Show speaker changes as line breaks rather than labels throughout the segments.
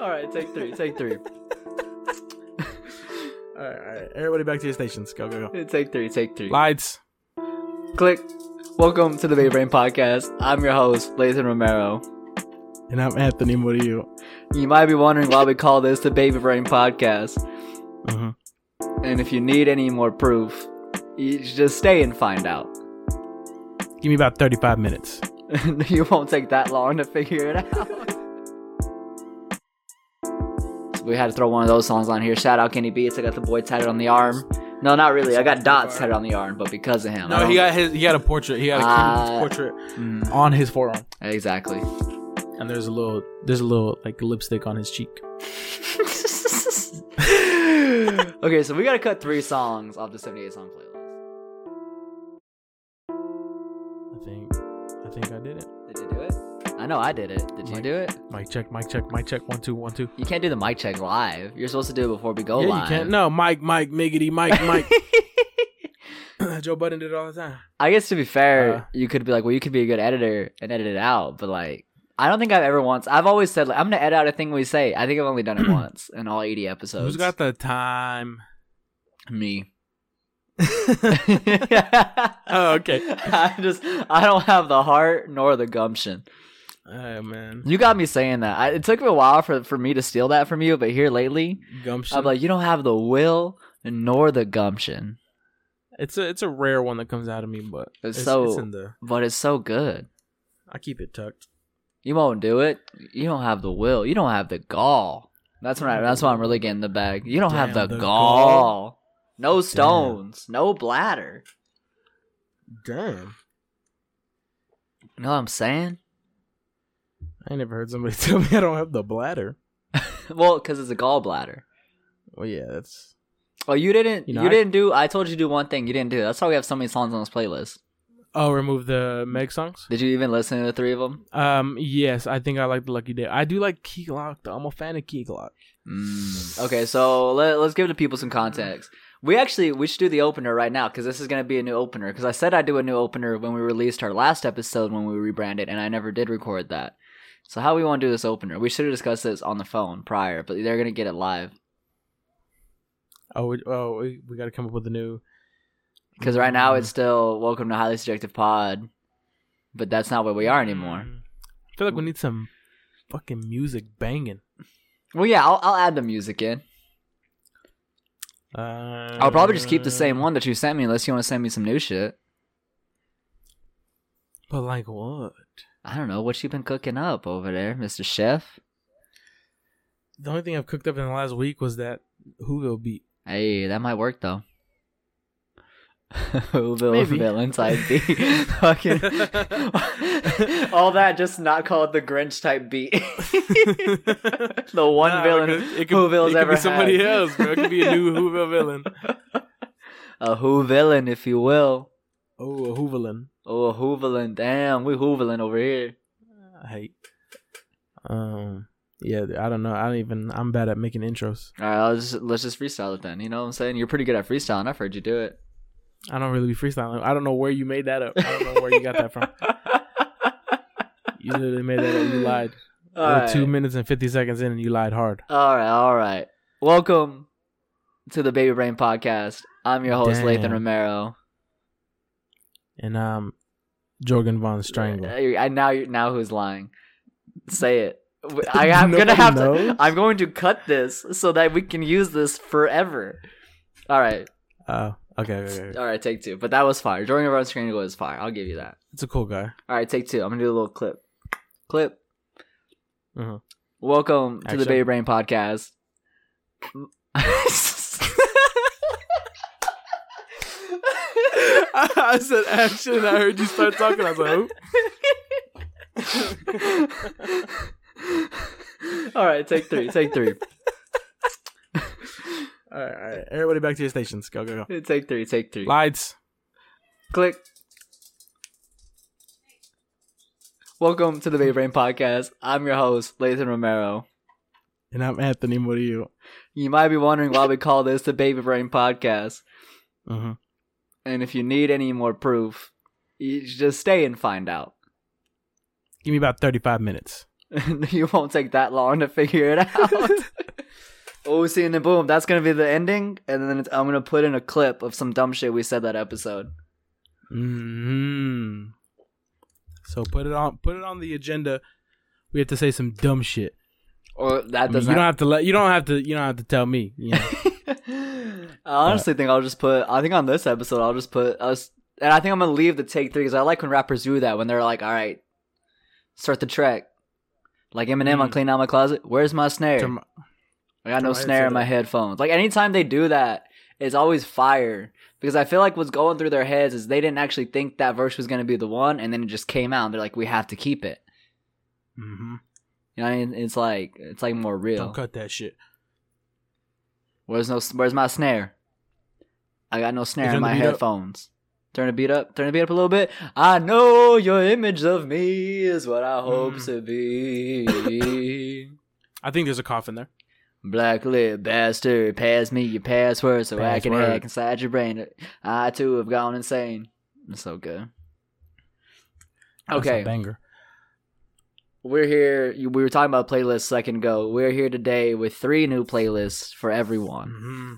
all right, take three. Take three.
All right, all right. Everybody back to your stations. Go, go, go.
Take three. Take three.
Lights.
Click. Welcome to the Bay Brain Podcast. I'm your host, Lathan Romero.
And I'm Anthony Murillo.
You might be wondering why we call this the Baby Brain Podcast.
Mhm.
And if you need any more proof, you just stay and find out.
Give me about 35 minutes.
you won't take that long to figure it out. so we had to throw one of those songs on here. Shout out Kenny Beats. I got the boy tatted on the arm. No, not really. I got dots tatted on the arm, but because of him. I
No, he
don't-
got his. He got a portrait. He got a
Ah.
Cleveland's portrait
Mm,
on his forearm,
exactly.
and there's a little, there's a little like lipstick on his cheek.
okay, so we gotta cut three songs off the 78 song playlist.
I think, I think I did it.
Did you do it? I know I did it. Did you
Mike-
do it?
Mic check, mic check, mic check. One two, one two.
You can't do the mic check live. You're supposed to do it before we go
yeah,
live.
you can't. No, Mike, Mike, Miggity, Mike, Mike. Joe Budden did it all the time.
I guess to be fair,
Uh,
you could be like, well, you could be a good editor and edit it out, but like, I don't think I've ever once. I've always said like, I'm gonna edit out a thing we say. I think I've only done it once in all 80 episodes.
Who's got the time?
me?
oh, okay.
I just I don't have the heart nor the gumption.
Oh man,
You got me saying that. I, it took me a while for for me to steal that from you, but here lately,
gumption.
I'm like, you don't have the will nor the gumption,
It's a it's a rare one that comes out of me, but
It's so-
it's in the
but it's so good.
I keep it tucked.
You won't do it. You don't have the will. You don't have the gall. That's when I, that's why I'm really getting the bag. You don't have the,
Damn, the
gall.
gall.
No stones. No bladder.
Damn,
You know what I'm saying?
I ain't never heard somebody tell me I don't have the bladder.
Well, because it's a gallbladder.
Well, yeah, that's
Oh, you didn't. You,
You know, I-
didn't do. I told you to do one thing. You didn't do. it. That's why we have so many songs on this playlist.
oh, remove the Meg songs.
Did you even listen to the three of them?
Um, yes, I think I like the Lucky Day. I do like Key Glock. Though. I'm a fan of Key Glock.
Mm. Okay, so let, let's give the people some context. We actually we should do the opener right now because this is going to be a new opener. Because I said I'd do a new opener when we released our last episode when we rebranded, and I never did record that. So how we want to do this opener? We should have discussed this on the phone prior, but they're going to get it live
Oh, we, oh, we, we got to come up with a new.
because right now
Mm.
it's still welcome to highly subjective pod, but that's not where we are anymore.
Mm. I feel like we need some fucking music banging.
Well, yeah, I'll, I'll add the music in.
Uh,
I'll probably just keep the same one that you sent me unless you want to send me some new shit.
But like what?
I don't know what you've been cooking up over there, Mister Chef.
The only thing I've cooked up in the last week was that Whoville beat.
Hey, that might work though. Whoville
Maybe.
Valentine beat. Fucking all that just not called the Grinch type beat. the one
Nah,
villain
because it could-
Whoville's
it could
ever
be somebody
had.
else, bro. It could be a new Whoville villain.
a Who villain, if you will.
Oh, a Whovillain.
Oh, a Who villain. Damn, we Who villain over here.
I hate. Um. Yeah, I don't know. I don't even. I'm bad at making intros.
All right, I'll just, let's just freestyle it then. You know what I'm saying? You're pretty good at freestyling. I've heard you do it.
I don't really be freestyling. I don't know where you made that up. I don't know where you got that from. You literally made that up. You lied.
All
We're
right.
Two minutes and fifty seconds in, and you lied hard.
All right, all right. Welcome to the Baby Brain Podcast. I'm your host, Lathan
Damn.
Romero.
And um, Jorgen von Strangle.
Uh, I now you- now who's lying? Say it. W- I, am gonna
Nobody
have
knows.
to. I'm going to cut this so that we can use this forever. All right,
Oh, okay, okay, okay.
all right. Take two. But that was fire. Jordan Von Strangle was fire. I'll give you that.
It's a cool guy.
All right, take two. I'm gonna do a little clip. Clip.
Mhm.
Welcome to the
Action.
Baby Brain Podcast.
I said action. I heard you start talking. I was like,
All right, take three. Take three.
all right, all right. Everybody back to your stations. Go, go, go.
Take three. Take three.
Lights.
Click. Welcome to the Bay Brain Podcast. I'm your host, Lathan Romero.
And I'm Anthony Murillo.
You might be wondering why we call this the Baby Brain Podcast.
Mm-hmm.
And if you need any more proof, you just stay and find out.
Give me about 35 minutes.
you won't take that long to figure it out. oh, see, and then boom, that's gonna be the ending, and then it's, I'm gonna put in a clip of some dumb shit we said that episode.
Mm-hmm. So put it on put it on the agenda. We have to say some dumb shit.
Or
I
that
mean, you
doesn't.
don't have to let you don't have to you don't have to tell me. You know?
I honestly think I'll just put. I think on this episode I'll just put us, and I think I'm gonna leave the take three because I like when rappers do that when they're like, "All right, start the track." Like Eminem on
Mm.
"Clean Out My Closet." Where's my snare?
Tom-
I got no
Tom Hanks
snare
said
in my
that.
headphones. Like anytime they do that, it's always fire because I feel like what's going through their heads is they didn't actually think that verse was going to be the one, and then it just came out. And they're like, we have to keep it.
Mhm.
You know, what I mean? it's like it's like more
Don't
real.
cut that shit.
Where's no? Where's my snare? I got no snare
turn
in
the
my
beat up.
headphones. Turn the beat up. Turn the beat up a little bit. I know your image of me is what I hope
Mm.
to be.
I think there's a cough in there.
Black lip bastard, pass me your password so I can
Password.
hack inside your brain. I too have gone insane. It's so good.
That's a
Okay,
banger.
we're here. you- We were talking about playlists a second ago. We're here today with three new playlists for everyone.
hmm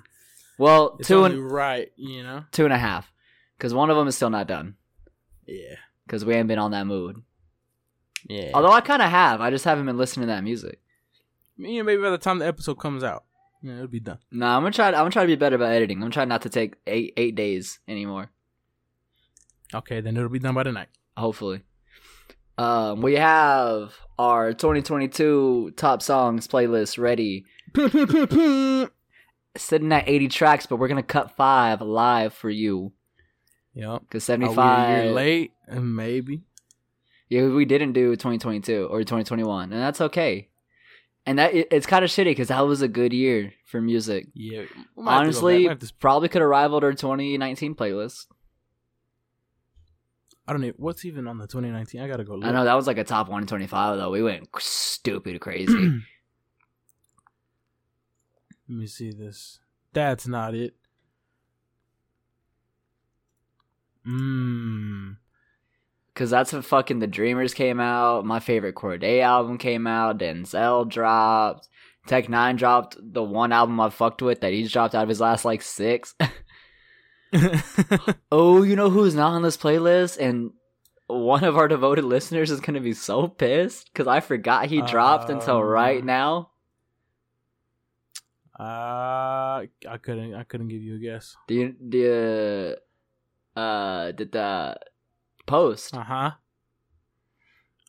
Well,
It's
two
only
and
right, you know.
two and a half, because one of them is still not done.
Yeah,
Because we haven't been on that mood.
yeah.
Although I kind of have. I just haven't been listening to that music.
you know, maybe by the time the episode comes out, you know, it'll be done.
Nah, I'm gonna try. I'm gonna try to be better about editing. I'm trying not to take eight eight days anymore.
Okay, then it'll be done by tonight.
hopefully. Um, we have our 2022 top songs playlist ready,
yep.
sitting at 80 tracks, but we're gonna cut five live for you because
Are Oh, we a
75.
year late? Maybe.
Yeah, we didn't do 2022 or 2021, and that's okay. And that it- it's kind of shitty because that was a good year for music.
Yeah. we might have to go back. We
Honestly,
have to-
probably could have rivaled our 2019 playlist.
I don't know what's even on the 2019. I gotta go. Look.
I know that was like a top 125 though. We went stupid crazy.
Let me see this. That's not it. Mmm.
Cause that's when fucking the Dreamers came out. My favorite Corday album came out. Denzel dropped. Tech Nine dropped the one album I fucked with that he's dropped out of his last like six.
Uh,
oh, you know who's not on this playlist? And one of our devoted listeners is gonna be so pissed because I forgot he dropped until
Um,
right now.
uh, I couldn't. I couldn't give you a guess.
Do you do you, uh did the post?
Uh huh.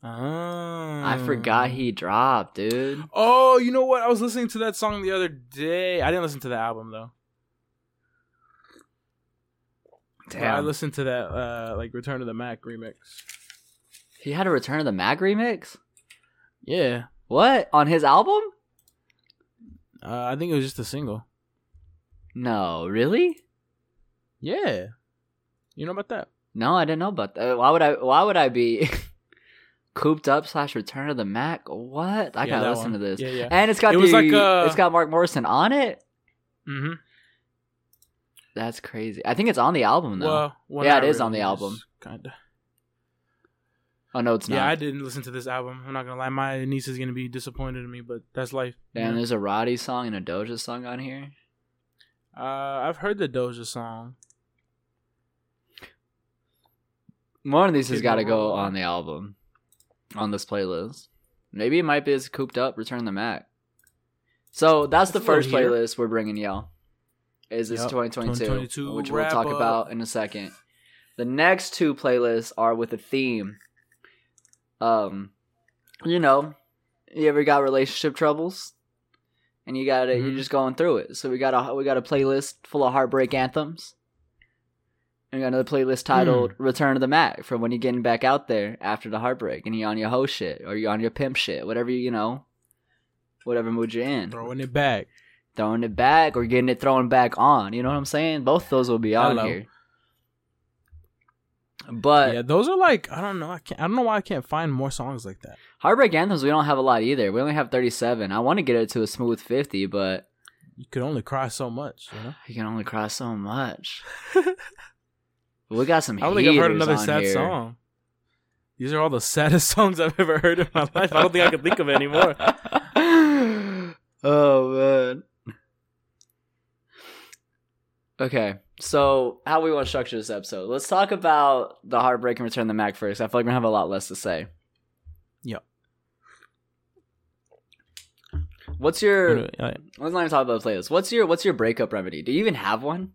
Oh.
I forgot he dropped, dude.
Oh, you know what? I was listening to that song the other day. I didn't listen to the album though. But I
Damn,
listened to that uh like Return to the Mac remix.
he had a Return of the Mag remix.
Yeah.
What on his album?
Uh, I think it was just a single.
No, really?
Yeah. You know about that?
No, I didn't know about that. Why would I? Why would I be cooped up slash Return of the Mac? What? I
Yeah,
gotta
that
listen
one.
to this.
Yeah, yeah.
And it's got
It
the,
was like uh, a-
it's got Mark Morrison on it.
Mm-hmm.
That's crazy. I think it's on the album though.
Well, what
Yeah,
I
it is on the
really
album.
is Kinda.
oh no, it's
Yeah, I
not.
didn't listen to this album. I'm not gonna lie. My niece is gonna be disappointed in me, but that's life. you
Damn,
know?
there's a Roddy song and a Doja song on here.
Uh, I've heard the Doja song.
One of these has
Kid
got to
Leroy.
go on the album, on this playlist. Maybe it might be as cooped up Return of the Mac. So that's the
That's a little
first
here.
playlist we're bringing y'all. Is this
Yep,
2022,
2022
which we'll
wrap
talk
up.
about in a second. The next two playlists are with a theme. Um, you know, you ever got relationship troubles, and you got to
Mhm.
You're just going through it. So we got a we got a playlist full of heartbreak anthems. And we got another playlist titled
Hmm.
Return of the Mac for when you're getting back out there after the heartbreak and you're on your hoe shit or you're on your pimp shit, whatever you know, whatever mood you're in.
Throwing it back.
Throwing it back or getting it thrown back on. You know what I'm saying? Both those will be on
Hello.
here. But
yeah, those are like I don't know. I can't. I don't know why I can't find more songs like that.
Heartbreak Anthems, we don't have a lot either. We only have 37. I want to get it to a smooth 50, but
You could only cry so much. You know.
you can only cry so much. we got some
I don't think I've heard
heaters
another
on
sad
here.
song. These are all the saddest songs I've ever heard in my life. I don't think I can think of any more.
oh man. Okay, so how we want to structure this episode? Let's talk about the heartbreak and return of the Mac first. I feel like we have a lot less to say.
Yep.
What's your? Let's not even talk about the playlist. What's your? What's your breakup remedy? Do you even have one?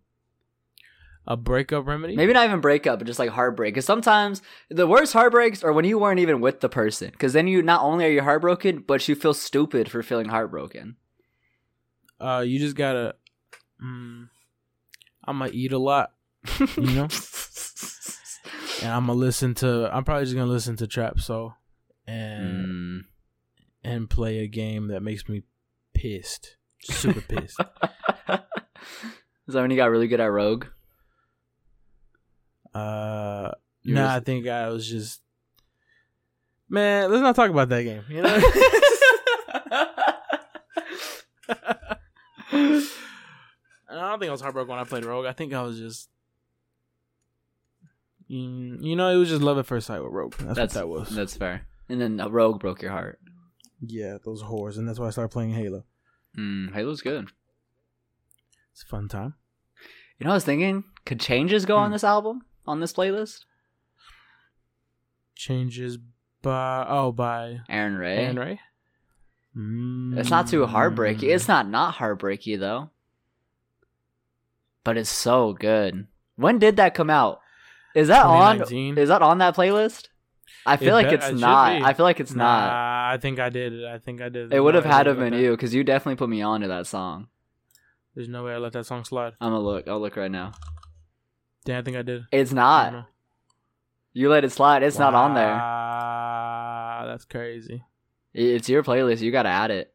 A breakup remedy?
Maybe not even breakup, but just like heartbreak. Because sometimes the worst heartbreaks are when you weren't even with the person. Because then you not only are you heartbroken, but you feel stupid for feeling heartbroken.
Uh, you just gotta. Mm, I'm gonna eat a lot, you know, and I'm gonna listen to. I'm probably just gonna listen to trap soul, and
Mm.
and play a game that makes me pissed, super pissed.
Is that when you got really good at Rogue?
Uh,
You
no,
was-
I think I was just. Man, let's not talk about that game. You know. I don't think I was heartbroken when I played Rogue. I think I was just, Mm, you know, it was just love at first sight with Rogue. That's,
That's-
what that was.
That's fair. And then uh, Rogue broke your heart.
yeah, those whores, and that's why I started playing Halo.
Mm, Halo's good.
It's a fun time.
You know, what I was thinking, could changes go on
Hmm.
this album, on this playlist?
Changes by oh by
Aaron Ray.
Aaron Ray.
It's not too
Mm.
heartbreaky. It's not not heartbreaky though. But it's so good. When did that come out? Is that on?
2019?
Is that on that playlist? I feel
It
like
bet-
it's
it should
not.
be.
I feel like it's not.
Nah, I think I did. it. I think I did.
It would have
There's no
had to
way I
have been
let that-
you because you definitely put me on to that song.
There's no way I let that song slide.
I'm gonna look. I'll look right now.
Yeah, I think I did.
It's
Mm-hmm.
not. You let it slide. It's not on there.
Ah, that's crazy.
I- It's your playlist. You gotta add it.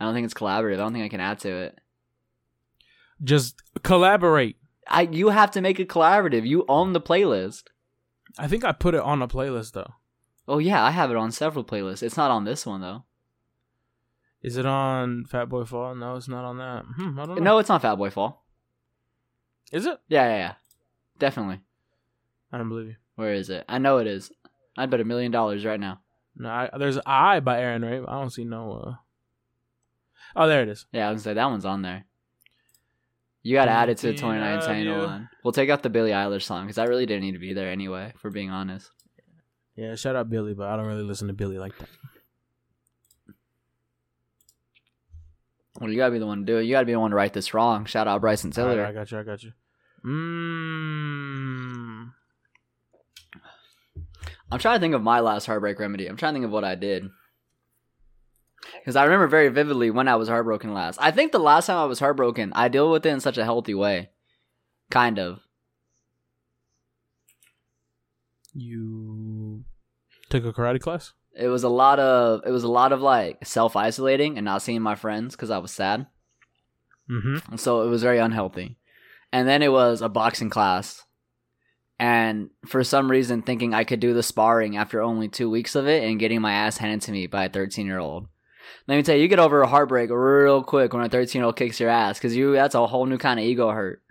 I don't think it's collaborative. I don't think I can add to it.
Just collaborate.
I you have to make it collaborative. You own the playlist.
I think I put it on a playlist though.
Oh yeah, I have it on several playlists. It's not on this one though.
Is it on Fat Boy Fall? No, it's not on that. Hmm, I don't know.
No, it's not Fatboy Fall.
Is it?
Yeah, yeah, yeah. Definitely.
I don't believe you.
Where is it? I know it is. I'd bet a million dollars right now.
No, I, there's I by Aaron Ray. but I don't see no. uh Oh, there it is.
Yeah, I was gonna say that one's on there. You gotta add it to the
Thinking of
2019
you.
one. We'll take out the Billie Eilish song because that really didn't need to be there anyway. If we're being honest.
Yeah, shout out Billy, but I don't really listen to Billy like that.
Well, you gotta be the one to do it. You gotta be the one to right this wrong. Shout out Bryson
All right,
Tiller.
I got you. I got you.
Mm.
Mmm.
I'm trying to think of my last heartbreak remedy. I'm trying to think of what I did. Because I remember very vividly when I was heartbroken last. I think the last time I was heartbroken, I deal with it in such a healthy way. Kind of.
You took a karate class.
It was a lot of it was a lot of like self isolating and not seeing my friends because I was sad.
Mm-hmm.
And so it was very unhealthy. And then it was a boxing class. And for some reason thinking I could do the sparring after only two weeks of it and getting my ass handed to me by a thirteen year old. Let me tell you, you get over a heartbreak real quick when a thirteen year old kicks your ass because you that's a whole new kind of ego hurt.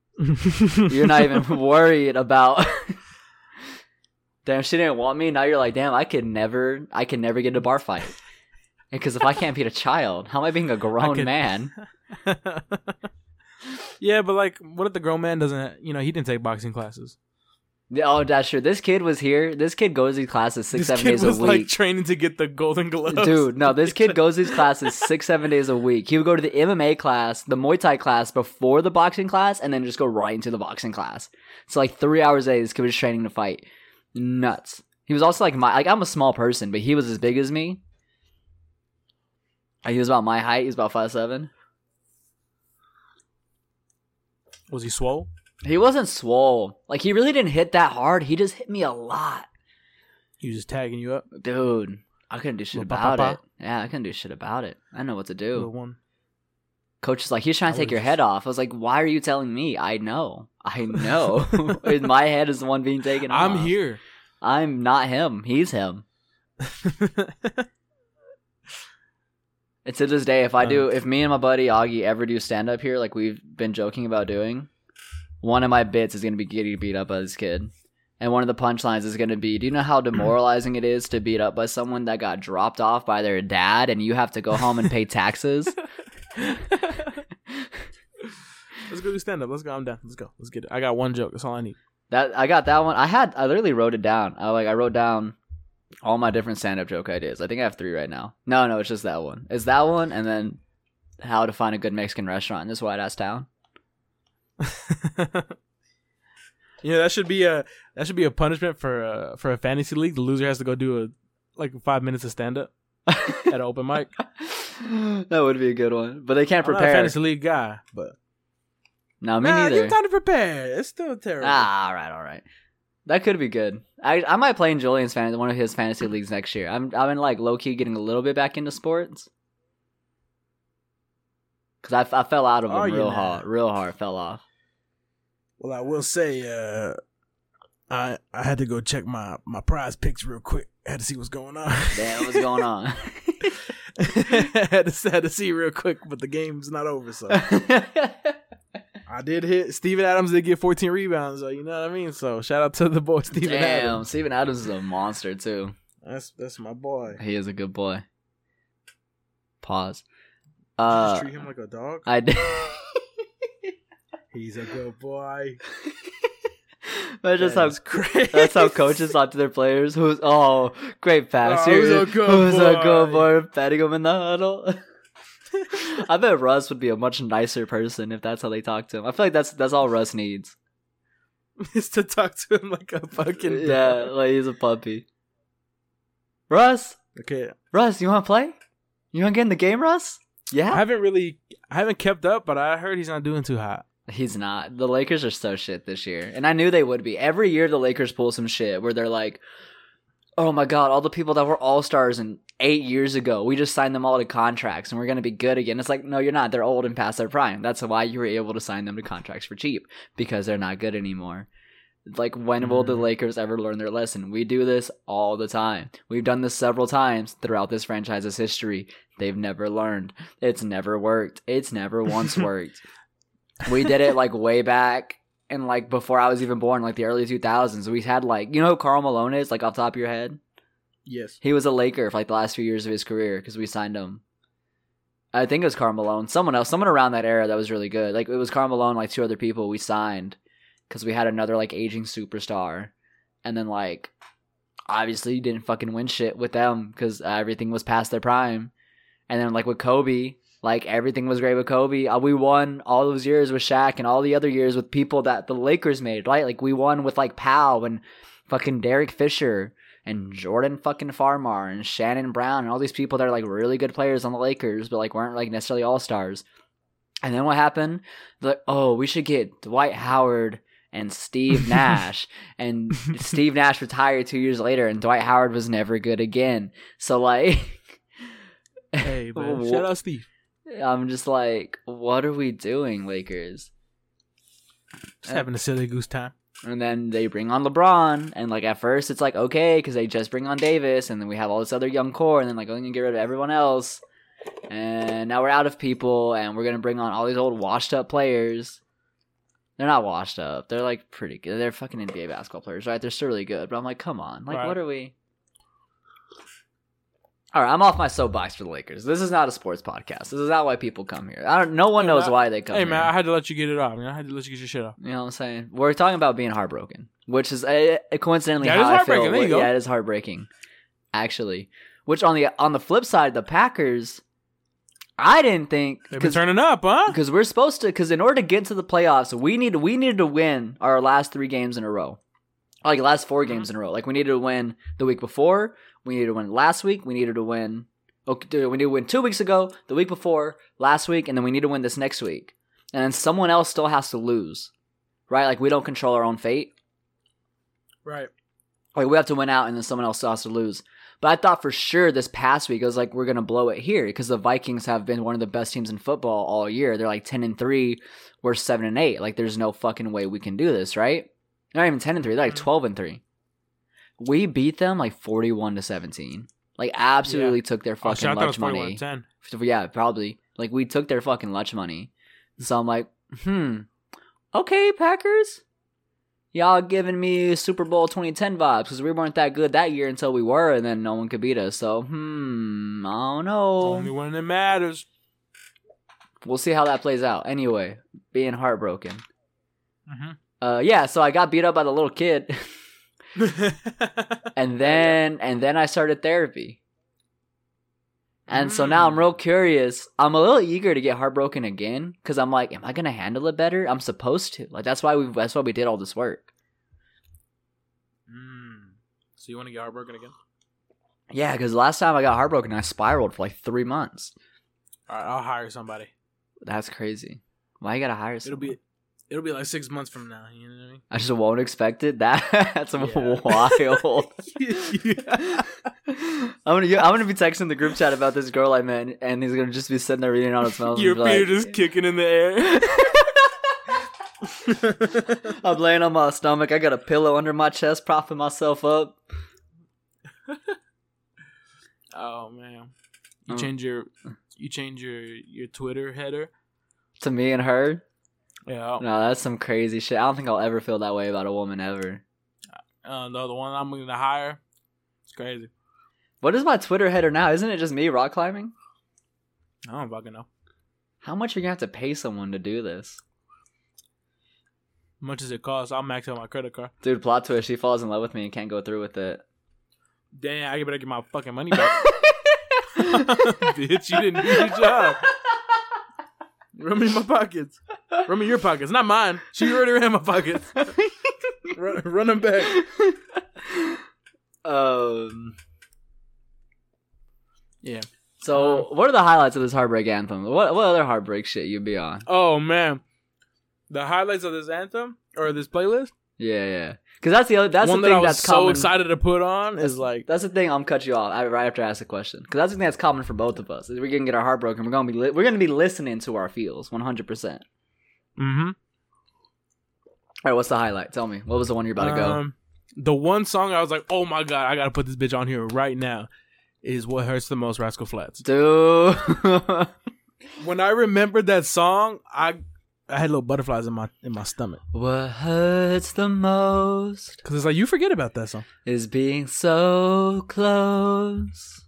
You're not even worried about. damn, she didn't want me. Now you're like, damn, I could never, I could never get in a bar fight. Because if I can't beat a child, how am I being a grown
could-
man?
yeah, but like, what if the grown man doesn't? You know, he didn't take boxing classes.
Oh, that's true. This kid was here. This kid goes to these classes six,
this
seven
kid
days
was
a
like
week.
training to get the golden gloves.
Dude, no, this kid goes to these classes six, seven days a week. He would go to the MMA class, the Muay Thai class before the boxing class, and then just go right into the boxing class. So like three hours a day, this kid was training to fight. Nuts. He was also like my like I'm a small person, but he was as big as me. Like, he was about my height. He was about five seven.
was he swole?
He wasn't swole. Like he really didn't hit that hard. He just hit me a lot,
He was just tagging you up.
dude. I couldn't do shit
Little
about
pa-pa-pa.
it. Yeah, I couldn't do shit about it. I know what to do.
Little one.
coach is like, he's trying to
I
take your
would've
head off. I was like, why are you telling me? I know. I know. And my head is the one being taken off.
I'm here.
I'm not him. He's him. And to this day, if I do,
Um,
if me and my buddy Augie ever do stand up here, like we've been joking about doing, one of my bits is going to be getting beat up by this kid. And one of the punchlines is going to be, "Do you know how demoralizing it is to beat up by someone that got dropped off by their dad, and you have to go home and pay taxes?"
Let's go do stand up. Let's go. I'm down. Let's go. Let's get it. I got one joke. That's all I need.
That I got that one. I had I literally wrote it down. I like I wrote down all my different stand up joke ideas. I think I have three right now. No, no, it's just that one. It's that one, and then how to find a good Mexican restaurant in this white ass town.
yeah, that should be a that should be a punishment for uh, for a fantasy league. The loser has to go do a like five minutes of stand up at an open mic.
that would be a good one, but they can't
I'm not a
prepare.
fantasy league guy, but
No, me
nah,
neither.
you time to prepare. It's still terrible.
Ah, all right, all right. That could be good. I I might play in Julian's fan one of his fantasy leagues next year. I'm I'm in like low key getting a little bit back into sports. Cause I, f- I fell out of them
Are you
real
now?
hard, real hard. Fell off.
Well, I will say, uh, I I had to go check my my prize picks real quick. I had to see what's going on.
Damn, what's going on?
had, to, had to see real quick, but the game's not over. So I did hit. Steven Adams did get 14 rebounds, though. You know what I mean? So shout out to the boy Steven Adams.
Damn, Steven Adams is a monster too.
That's that's my boy.
He is a good boy. Pause.
Did you
Uh,
just treat him like a dog.
I did.
He's a good boy.
That's just how
That is crazy.
That's how coaches talk to their players. Who's oh great pass?
Oh, who's
here.
a good
who's a good
boy?
boy? Patting him in the huddle. I bet Russ would be a much nicer person if that's how they talk to him. I feel like that's that's all Russ needs.
is to talk to him like a fucking dog.
yeah, like he's a puppy. Russ,
Okay,
Russ, you want to play? You want to get in the game, Russ?
I
Yeah.
haven't really, I haven't kept up, but I heard he's not doing too hot.
He's not. The Lakers are so shit this year. And I knew they would be. Every year the Lakers pull some shit where they're like, Oh my god, all the people that were all stars in eight years ago, we just signed them all to contracts and we're gonna be good again. It's like, no, you're not. They're old and past their prime. That's why you were able to sign them to contracts for cheap, because they're not good anymore. Like when will the
Mhm.
Lakers ever learn their lesson? We do this all the time. We've done this several times throughout this franchise's history. They've never learned. It's never worked. It's never once worked. We did it like way back and like before I was even born, like the early 2000s. We had like, you know who Carl Malone is, like off the top of your head?
Yes.
He was a Laker for like the last few years of his career because we signed him. I think it was Carl Malone, someone else, someone around that era that was really good. Like it was Carl Malone, like two other people we signed because we had another like aging superstar, and then like obviously you didn't fucking win shit with them because everything was past their prime, and then like with Kobe. Like everything was great with Kobe. Uh, We won all those years with Shaq and all the other years with people that the Lakers made, right? Like we won with like Powell and fucking Derek Fisher and Jordan fucking Farmar and Shannon Brown and all these people that are like really good players on the Lakers, but like weren't like necessarily all stars. And then what happened? They're Like, oh, we should get Dwight Howard and Steve Nash. and Steve Nash retired two years later, and Dwight Howard was never good again. So like,
Hey, man.
Wha-
Shout out Steve.
I'm just like, what are we doing, Lakers?
Just having a silly goose time.
And then they bring on LeBron, and like at first it's like okay, because they just bring on Davis, and then we have all this other young core, and then like oh, we're gonna get rid of everyone else, and now we're out of people, and we're gonna bring on all these old washed up players. They're not washed up. They're like pretty good. They're fucking NBA basketball players, right? They're still really good. But I'm like, come on, like
Right.
what are we? All right, I'm off my soapbox for the Lakers. This is not a sports podcast. This is not why people come here. I don't. No one
Hey,
knows
man.
why they come.
hey,
here.
man, I had to let you get it off. Man. I had to let you get your shit off.
You know what I'm saying? We're talking about being heartbroken, which is uh, coincidentally
Yeah, it
how
is
I feel.
heartbreaking. There you go.
Yeah, it is heartbreaking, actually. Which on the on the flip side, the Packers, I didn't think
They've been
because
turning up, huh?
because we're supposed to because in order to get to the playoffs, we need we needed to win our last three games in a row, like last 4 games in a row. Like we needed to win the week before, we needed to win last week, we needed to win. Okay, we need to win two weeks ago, the week before, last week, and then we need to win this next week. And then someone else still has to lose, right? Like we don't control our own fate.
Right.
Like we have to win out, and then someone else has to lose. But I thought for sure this past week I was like, we're gonna blow it here because the Vikings have been one of the best teams in football all year. They're like ten and three, we're seven and eight. Like there's no fucking way we can do this, right? Not even ten and three. They're like
Mhm.
twelve and three. We beat them like forty-one to seventeen. Like absolutely took their
Oh, shit,
fucking
I thought it was
lunch
41
money.
to 10.
Yeah, probably. Like we took their fucking lunch money. So I'm like, hmm, okay, Packers, y'all giving me Super Bowl 2010 vibes because we weren't that good that year until we were, and then no one could beat us. So, hmm, I don't
Only
know.
when it matters.
We'll see how that plays out. Anyway, being heartbroken.
Mm-hmm.
Uh, yeah. So I got beat up by the little kid, and then and then I started therapy. And so now
Mm.
I'm real curious. I'm a little eager to get heartbroken again because I'm like, am I gonna handle it better? I'm supposed to. Like that's why we that's why we did all this work.
Mm. So you want to get heartbroken again?
Yeah, because last time I got heartbroken, I spiraled for like three months.
All right, I'll hire somebody.
That's crazy. Why you gotta hire
It'll
someone?
be, it'll be like six months from now. You know what I mean?
I just won't expect it. That that's
Yeah.
wild.
Yeah.
I'm gonna I'm gonna be texting the group chat about this girl I met, and he's gonna just be sitting there reading on his phone. and
Your
be like-
beard is kicking in the air.
I'm laying on my stomach. I got a pillow under my chest, propping myself up.
oh man, you
Oh.
change your, you change your your Twitter header.
To me and her,
Yeah.
no, that's some crazy shit. I don't think I'll ever feel that way about a woman ever.
Uh, no, the one I'm gonna hire. It's crazy.
What is my Twitter header now? Isn't it just me rock climbing?
I don't fucking know.
How much are you gonna have to pay someone to do this?
How much does it cost? I'll max out my credit card.
Dude, plot twist, she falls in love with me and can't go through with it.
Damn, I better get my fucking money back. Bitch, you didn't do your job. Run me in my pockets. Run me your pockets, not mine. She already ran my pockets. Run, run them back.
um
Yeah.
so what are the highlights of this heartbreak anthem? What what other heartbreak shit you'd be on?
Oh man, the highlights of this anthem or this playlist.
Yeah, yeah. Cause that's the other that's
one
the
that I
thing
was
that's
so
common.
excited to put on is like
That's the thing. I'm cut you off I- right after I ask the question because that's the thing that's common for both of us. Is we're gonna get our heart broken. We're gonna be li- we're gonna be listening to our feels 100. percent
mm-hmm.
All right, what's the highlight? Tell me. What was the one you're about to go?
Um, the one song I was like, oh my god, I gotta put this bitch on here right now. Is what hurts the most, Rascal Flats.
Dude.
When I remembered that song, I I had little butterflies in my in my stomach
what hurts the most
because it's like you forget about that song.
is being so close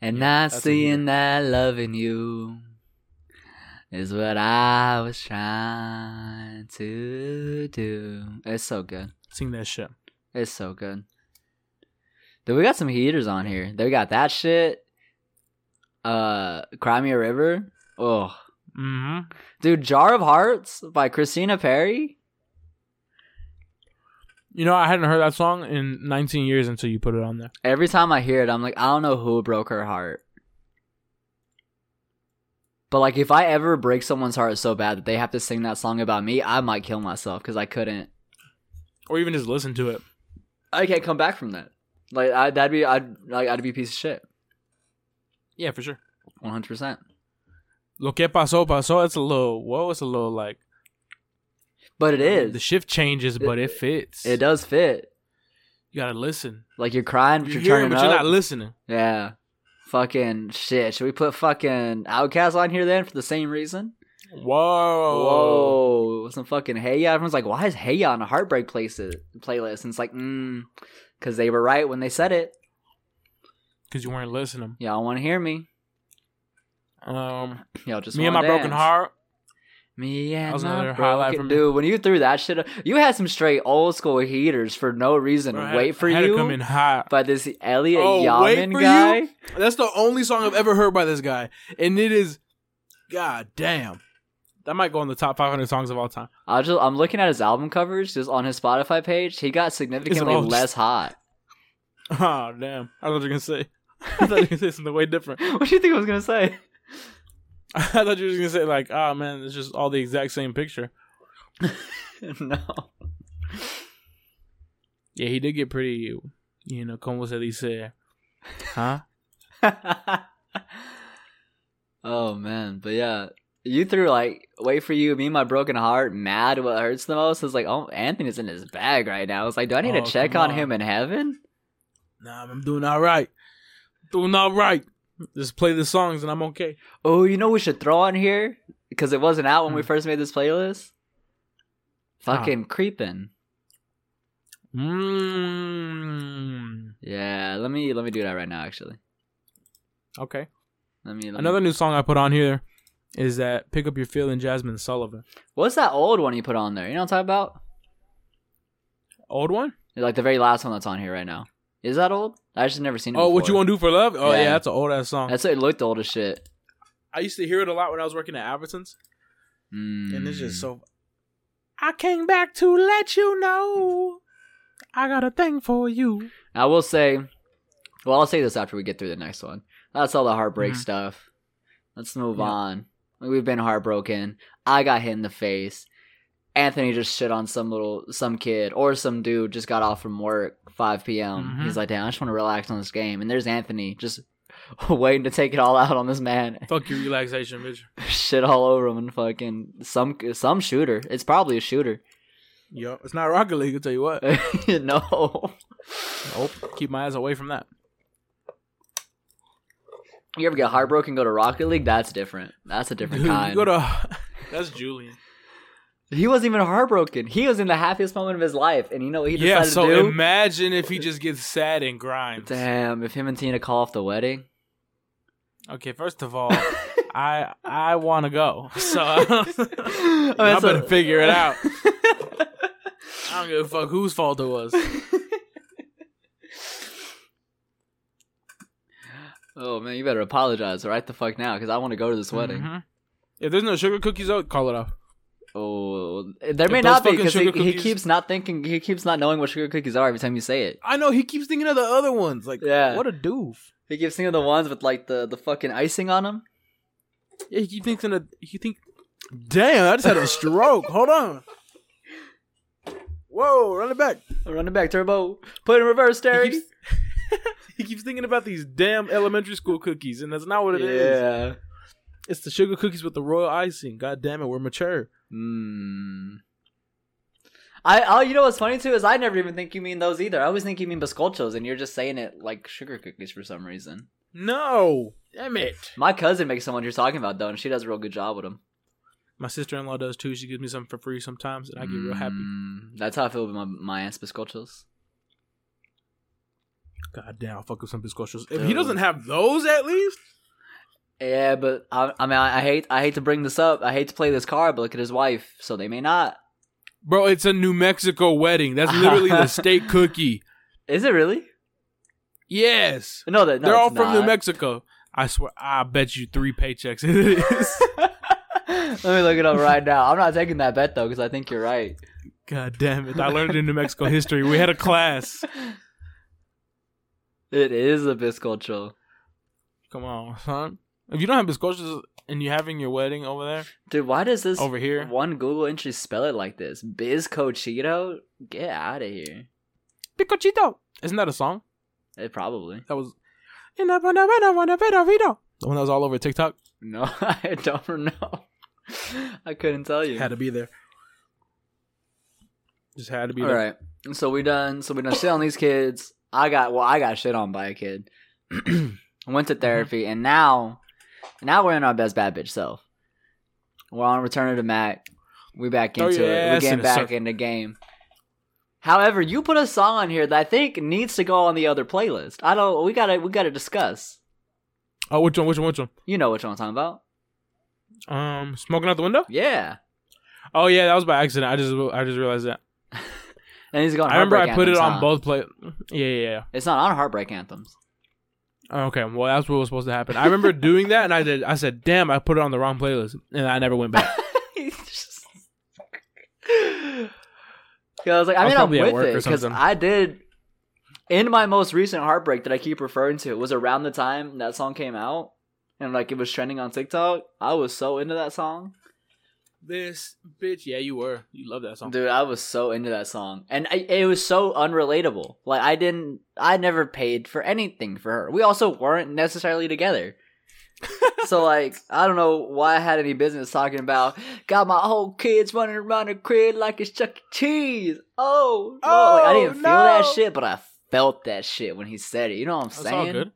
and not
that's a
seeing that loving you is what I was trying to do. It's so good.
Sing that shit.
It's so good. Dude, we got some heaters on here. They got that shit. Uh, Cry Me a River. Oh,
Mm-hmm.
dude, Jar of Hearts by Christina Perry.
You know, I hadn't heard that song in 19 years until you put it on there.
Every time I hear it, I'm like, I don't know who broke her heart. But like, if I ever break someone's heart so bad that they have to sing that song about me, I might kill myself because I couldn't.
Or even just listen to it.
I can't come back from that. Like, I, that'd be, I'd like, I'd be a piece of shit.
Yeah, for sure.
One hundred percent.
Lo que pasó, pasó. It's a little, whoa, it's a little like.
But it
The
is.
shift changes, but it, fits.
It does fit.
You gotta listen.
Like you're crying, but
You're
you're,
hearing,
turning
but you're
up.
not listening.
yeah. Fucking shit. Should we put fucking Outcast on here then for the same reason?
Oh. Whoa.
Whoa. Some fucking Hey Ya. Everyone's like, why is Hey Ya on a Heartbreak places, playlist? And it's like, mm, because they were right when they said it.
Because you weren't listening.
Y'all want to hear me.
Um,
Y'all just
me and my
wanna
broken
dance.
heart.
Me and
That was
my
another highlight
broken-
for me.
Dude, when you threw that shit up, you had some straight old school heaters for no reason.
bro, I had-
Wait for
I had it
you.
come in hot.
by this Elliot
Oh, Wait
Yaman
For
guy.
You? That's the only song I've ever heard by this guy, and it is, god damn, that might go in the top 500 songs of all time.
I just I'm looking at his album covers just on his Spotify page. He got significantly
all just-
less hot.
Oh damn, I thought you were gonna say, I thought you were gonna say something way different.
What do you think I was gonna say?
I thought you were just gonna say like, oh man, it's just all the exact same picture.
no.
Yeah, he did get pretty, you know, como se dice, huh?
oh man, but yeah, you threw like "Wait for You," "Me and My Broken Heart," "Mad," "What Hurts the Most." It's like, oh, Anthony's in his bag right now. It's like, do I need
Oh,
to check
come
on,
on.
him in heaven?
Nah, I'm doing all right, doing all right. Just play the songs and I'm okay. Hmm.
Oh, you know what we should throw on here because it wasn't out when we first made this playlist. Fucking creeping.
Mm.
Yeah, let me let me do that right now. Actually,
Okay.
let me. Let me-
Another new song I put on here is that "Pick Up Your Feeling" Jasmine Sullivan.
What's that old one you put on there? You know what I'm talking about?
Old one?
Like the very last one that's on here right now. Is that old? I just never seen it.
Oh, what you
before.
want to do for love? Oh yeah,
Yeah.
that's an old ass song.
That's it. Looked old as shit.
I used to hear it a lot when I was working at Albertsons,
Mm.
and it's just so. I came back to let you know I got a thing for you.
I will say, well, I'll say this after we get through the next one. That's all the heartbreak
Mhm.
stuff. Let's move
Yeah.
on. We've been heartbroken. I got hit in the face. Anthony just shit on some little some kid or some dude just got off from work 5 p.m.
Mhm.
He's like, "Damn, I just want to relax on this game." And there's Anthony just waiting to take it all out on this man.
Fuck your relaxation, bitch.
shit all over him and fucking some some shooter. It's probably a shooter.
Yup, it's not Rocket League. I tell you
Uh,
what.
no.
Nope. Keep my eyes away from that.
You ever get heartbroken go to Rocket League? That's different. That's a different
Dude,
kind.
you go to. That's Julian.
He wasn't even heartbroken. He was in the happiest moment of his life, and you know what he decided
Yeah. So
to do?
imagine if he just gets sad and grinds.
Damn, if him and Tina call off the wedding,
Okay, first of all, I I want to go. So
I
I better figure it out. I don't give a fuck whose fault it was.
oh man, you better apologize right the fuck now, because I want to go to this wedding.
Mhm. If there's no sugar cookies out, call it off.
Oh, there may
If those
not be
fucking
because he,
sugar
he
cookies-
keeps not thinking. He keeps not knowing what sugar cookies are every time you say it.
I know he keeps thinking of the other ones. Like,
Yeah.
what a doof.
He keeps thinking of the ones with like the the fucking icing on them.
Yeah, he keeps thinking of. He think. Damn, I just had a stroke. Hold on. Whoa, run it back.
Run it back, turbo. Put it in reverse,
He
Terry.
keeps, he keeps thinking about these damn elementary school cookies, and that's not what it is.
yeah.
It's the sugar cookies with the royal icing. God damn it, we're mature. Hmm.
Mm. I oh, you know what's funny too is I never even think you mean those either. I always think you mean biscochos, and you're just saying it like sugar cookies for some reason.
No, damn it.
My cousin makes the ones you're talking about though, and she does a real good job with them.
My sister in law does too. She gives me something for free sometimes, and I get real happy.
Mm, That's how I feel with my my aunt's biscochos.
God damn, I'll fuck up some biscochos. If he
Dude.
doesn't have those, at least
Yeah, but I, I mean, I, I hate I hate to bring this up. I hate to play this card, but look at his wife, so they may not.
bro, it's a New Mexico wedding. That's literally the state cookie.
Is it really?
Yes,
No, that no,
they're all
it's
from New
not.
Mexico. I swear, I bet you three paychecks. It is.
Let me look it up right now. I'm not taking that bet though because I think you're right.
God damn it! I learned it in New Mexico history. We had a class.
It is a biscocho.
Come on, son. If you don't have biscochos and you're having your wedding over there,
Dude, why does this
over here,
one Google entry spell it like this? Bizco Cheeto? Get out of here.
Picochito. Isn't that a song?
It probably.
That was. The one that was all over TikTok.
No, I don't know. I couldn't tell you.
Had to be there. Just had to be
All
there.
right. So we done so we done shit on these kids. I got well, I got shit on by a kid. I went
Mm-hmm.
to therapy and now now we're in our best bad bitch self. We're on return to Mac. We back
Throw
into
your
it. We
ass in
getting
a
back
circle.
in the game. However, you put a song on here that I think needs to go on the other playlist. I don't we gotta we gotta discuss.
Oh, which one? Which one? Which one?
You know which one I'm talking about.
Um, smoking out the window.
Yeah.
Oh yeah, that was by accident. I just I just realized that.
And he's going
I remember I
Heartbreak
put it
Anthems,
on
huh?
both play. Yeah, yeah, yeah.
It's not on Heartbreak Anthems.
Okay, well that's what was supposed to happen. I remember doing that, and I did. I said, "Damn, I put it on the wrong playlist," and I never went back.
Yeah, I was like,
I
I
was
mean, I'm
probably at
with
work
it
or
because
something.
I did. In my most recent heartbreak that I keep referring to was around the time that song came out, and like it was trending on TikTok. I was so into that song,
this bitch, yeah, you were. You love that song.
dude. I was so into that song, and I, it was so unrelatable. Like I didn't, I never paid for anything for her. We also weren't necessarily together. so like I don't know why I had any business talking about got my whole kids running around the crib like it's Chuck E. Cheese. Oh, no. Like, I
Oh,
didn't feel that
no.
shit, but I felt that shit when he said it. You know what I'm
That's
saying?
all good.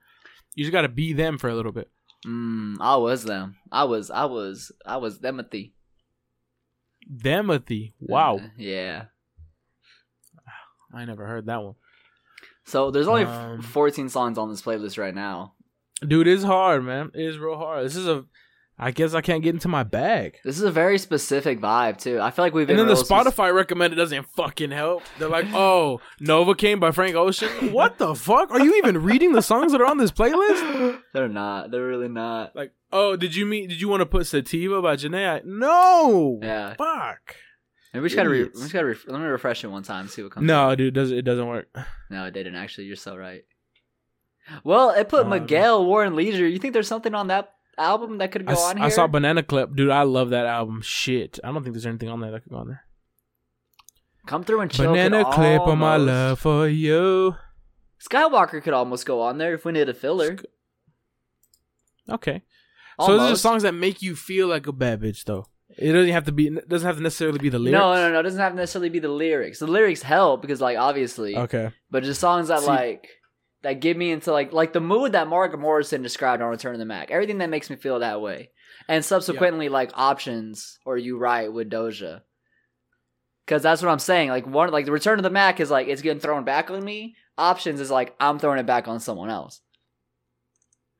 You just gotta be them for a little bit.
Mm, I was them. I was I was I was Timothy.
Damothy. Wow.
Yeah.
I never heard that one.
So there's only f-
Um,
14 songs on this playlist right now.
Dude, it's hard, man. It is real hard. This is a I guess I can't get into my bag.
This is a very specific vibe too. I feel like we've been
And then the
real spec-
Spotify recommended doesn't fucking help. They're like, "Oh, Nova Came by Frank Ocean." What the fuck? Are you even reading the songs that are on this playlist?
They're not. They're really not.
Like, "Oh, did you mean did you want to put Sativa by Janae?" I- No.
Yeah.
Fuck.
Maybe we just gotta. Re- we
Idiots.
just gotta. Re- let me refresh it one time. See what comes.
No, dude, it doesn't it doesn't work.
No, it didn't actually. You're so right. Well, it put
Uh,
Miguel Warren Leisure. You think there's something on that album that could go
I, s-
on here?
I saw Banana Clip, dude. I love that album. Shit, I don't think there's anything on there that could go on there.
Come through and chill.
Banana
could
Clip on my
almost-
love for you.
Skywalker could almost go on there if we needed a filler.
Sk- Okay, so those are
Almost.
songs that make you feel like a bad bitch, though. It doesn't have to be. It doesn't have to necessarily be the lyrics.
No, no, no. It doesn't have to necessarily be the lyrics. The lyrics help because, like, obviously.
Okay,
But just songs that
See-
like that give me into like like the mood that Mark Morrison described on Return of the Mac. Everything that makes me feel that way, and subsequently like options or you right with Doja. Because that's what I'm saying. Like one, like the Return of the Mac is like it's getting thrown back on me. Options is like I'm throwing it back on someone else,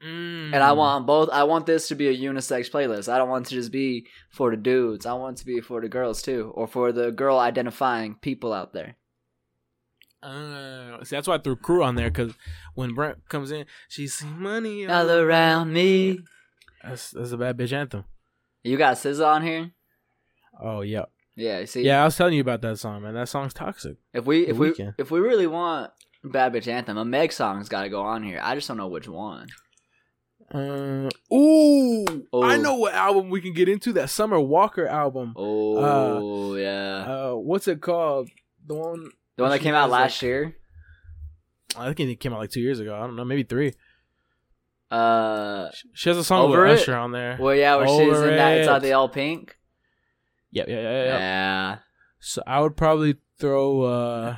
and I want both. I want this to be a unisex playlist. I don't want it to just be for the dudes. I want it to be for the girls too, or for the girl identifying people out there.
Uh, see, that's why I threw crew on there because when Brent comes in, she see money.
All around me,
That's that's a bad bitch anthem.
you got SZA on here.
Oh yeah,
Yeah, you see,
yeah. I was telling you about that song, man. That song's toxic.
If we
The
if we
Weeknd.
if we really want Bad Bitch Anthem, a Meg song's got to go on here. I just don't know which one.
Uh, ooh,
Oh.
I know what album we can get into. That Summer Walker album.
Oh yeah,
Uh, what's it called? The one
the one that
she
came out
has,
last
like-
year.
I think it came out like two years ago. I don't know, maybe three.
Uh,
She- She has a song
Over
with
It?
Usher on there.
well yeah, where she's in that. It's
Overrated.
out the all pink.
Yeah, yeah, yeah, yeah. yeah.
Yeah,
So I would probably throw. uh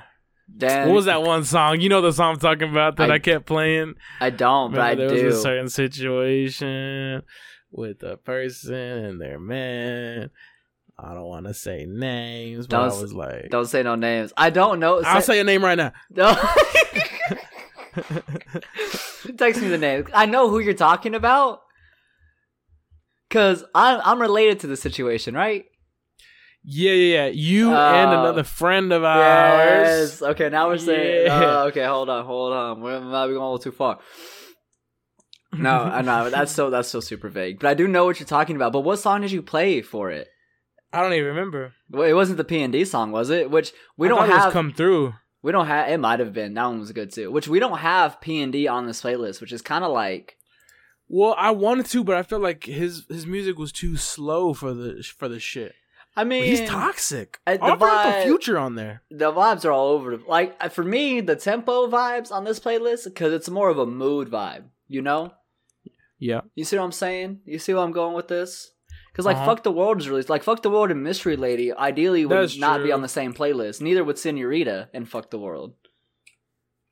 damn.
What was that one song? You know the song I'm talking about that
I-
I, kept playing.
I don't, but I
Remember there
do.
was a certain situation with a person and their man. I don't want to say names, but
Don't s-
I was like,
Don't say no names. I don't know.
I'll say a name right now.
no. Text me the name. I know who you're talking about. Cause I'm I'm related to the situation, right?
yeah, yeah, yeah. You and
Uh,
another friend of ours.
Yes. Okay, now we're saying.
Yeah.
Oh, okay, hold on, hold on. We're might be going a little too far. No, I know that's still that's still super vague. But I do know what you're talking about. But what song did you play for it?
I don't even remember.
Well, it wasn't the P and D song, was it? Which we
I
don't
thought it was
have.
come through.
we don't have. It might have been that one was good too. Which we don't have P and D on this playlist, which is kind of like
Well, I wanted to, but I felt like his his music was too slow for the for the shit.
I
But
mean
he's toxic.
I-
I
the
brought
vibe-
the future on there.
the vibes are all over. the- Like uh, for me, the tempo vibes on this playlist because it's more of a mood vibe. You know.
Yeah,
You see what I'm saying? You see where I'm going with this? Because like,
Uh-huh.
fuck the world is released. Like, fuck the world and Mystery Lady ideally would
That's
not be
true.
on the same playlist. Neither would Senorita and fuck the world.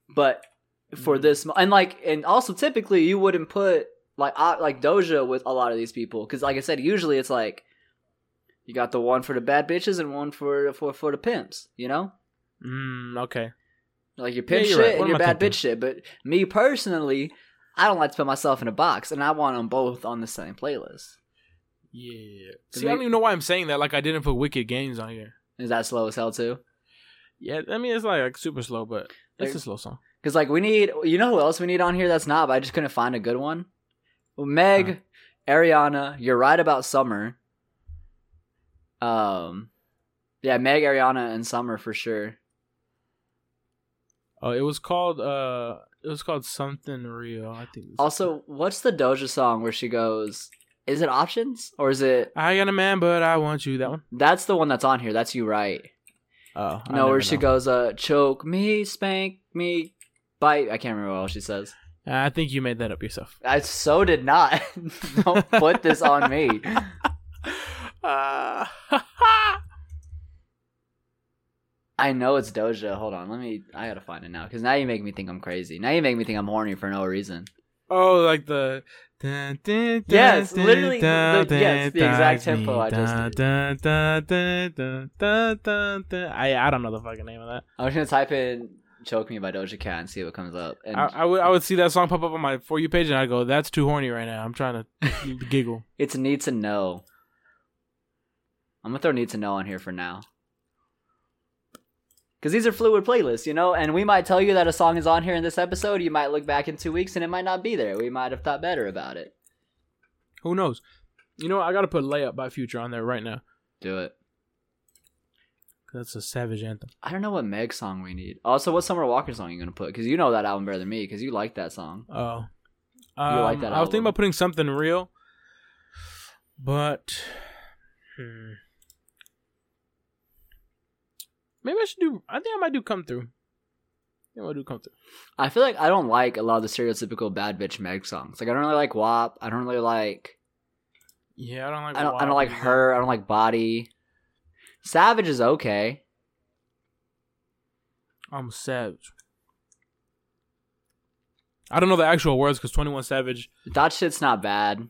But for
Mhm.
this, mo- and like, and also typically you wouldn't put like uh, like Doja with a lot of these people because like I said, usually it's like you got the one for the bad bitches and one for for for the pimps. You know.
mm, okay.
Like your
Yeah,
pimp
you're
shit
right. What
and
am
your
I
bad
thinking?
bitch shit. But me personally, I don't like to put myself in a box, and I want them both on the same playlist.
Yeah.
Cause
See, I
they-
don't even know why I'm saying that. Like, I didn't put Wicked Games on here.
Is that slow as hell too?
Yeah, I mean it's like, like super slow, but
Like-
it's a slow song.
Because like we need, you know who else we need on here? That's not. But I just couldn't find a good one. Well, Meg, Ariana, you're right about Summer. Um, yeah, Meg, Ariana, and Summer for sure.
Oh, it was called uh, it was called something real. I think. it's-
Also, what's the Doja song where she goes? Is it options or is it?
I got a man, but I want you. That one.
That's the one that's on here. That's you right.
Oh, I
No, where
never
she
know.
goes, uh, choke me, spank me, bite. I can't remember what all she says.
I think you made that up yourself.
I so did not. Don't put this on me.
Uh,
I know it's Doja. Hold on, let me. I gotta find it now because now you make me think I'm crazy. Now you make me think I'm horny for no reason.
Oh, like the. Dun, dun, dun,
Yes,
dun,
literally,
dun,
the- yes,
dun,
the exact
dun,
tempo I just
dun,
did.
dun, dun, dun, dun, dun, dun, dun. I I don't know the fucking name of that.
I was gonna type in "Choke Me" by Doja Cat and see what comes up. And
I, I would I would see that song pop up on my for you page and I go, that's too horny right now. I'm trying to giggle.
it's "Need to Know." I'm gonna throw "Need to Know" on here for now, because these are fluid playlists, you know. And we might tell you that a song is on here in this episode. You might look back in two weeks and it might not be there. We might have thought better about it.
Who knows? You know, what? I gotta put "Layup" by Future on there right now.
Do it.
'Cause That's a savage anthem.
I don't know what Meg song we need. Also, what Summer Walker song you gonna put? Because you know that album better than me. Because you like that song.
Oh, Um,
You like that
I was
album.
thinking about putting something real, but hmm. maybe I should do. I think I might do "Come Through." I think I'll do "Come Through."
I feel like I don't like a lot of the stereotypical bad bitch Meg songs. Like I don't really like WAP. I don't really like.
Yeah, I don't like.
I don't. I
Wild
don't like
either.
her. I don't like Body. Savage is okay.
I'm savage. I don't know the actual words because Twenty One Savage.
That shit's not bad.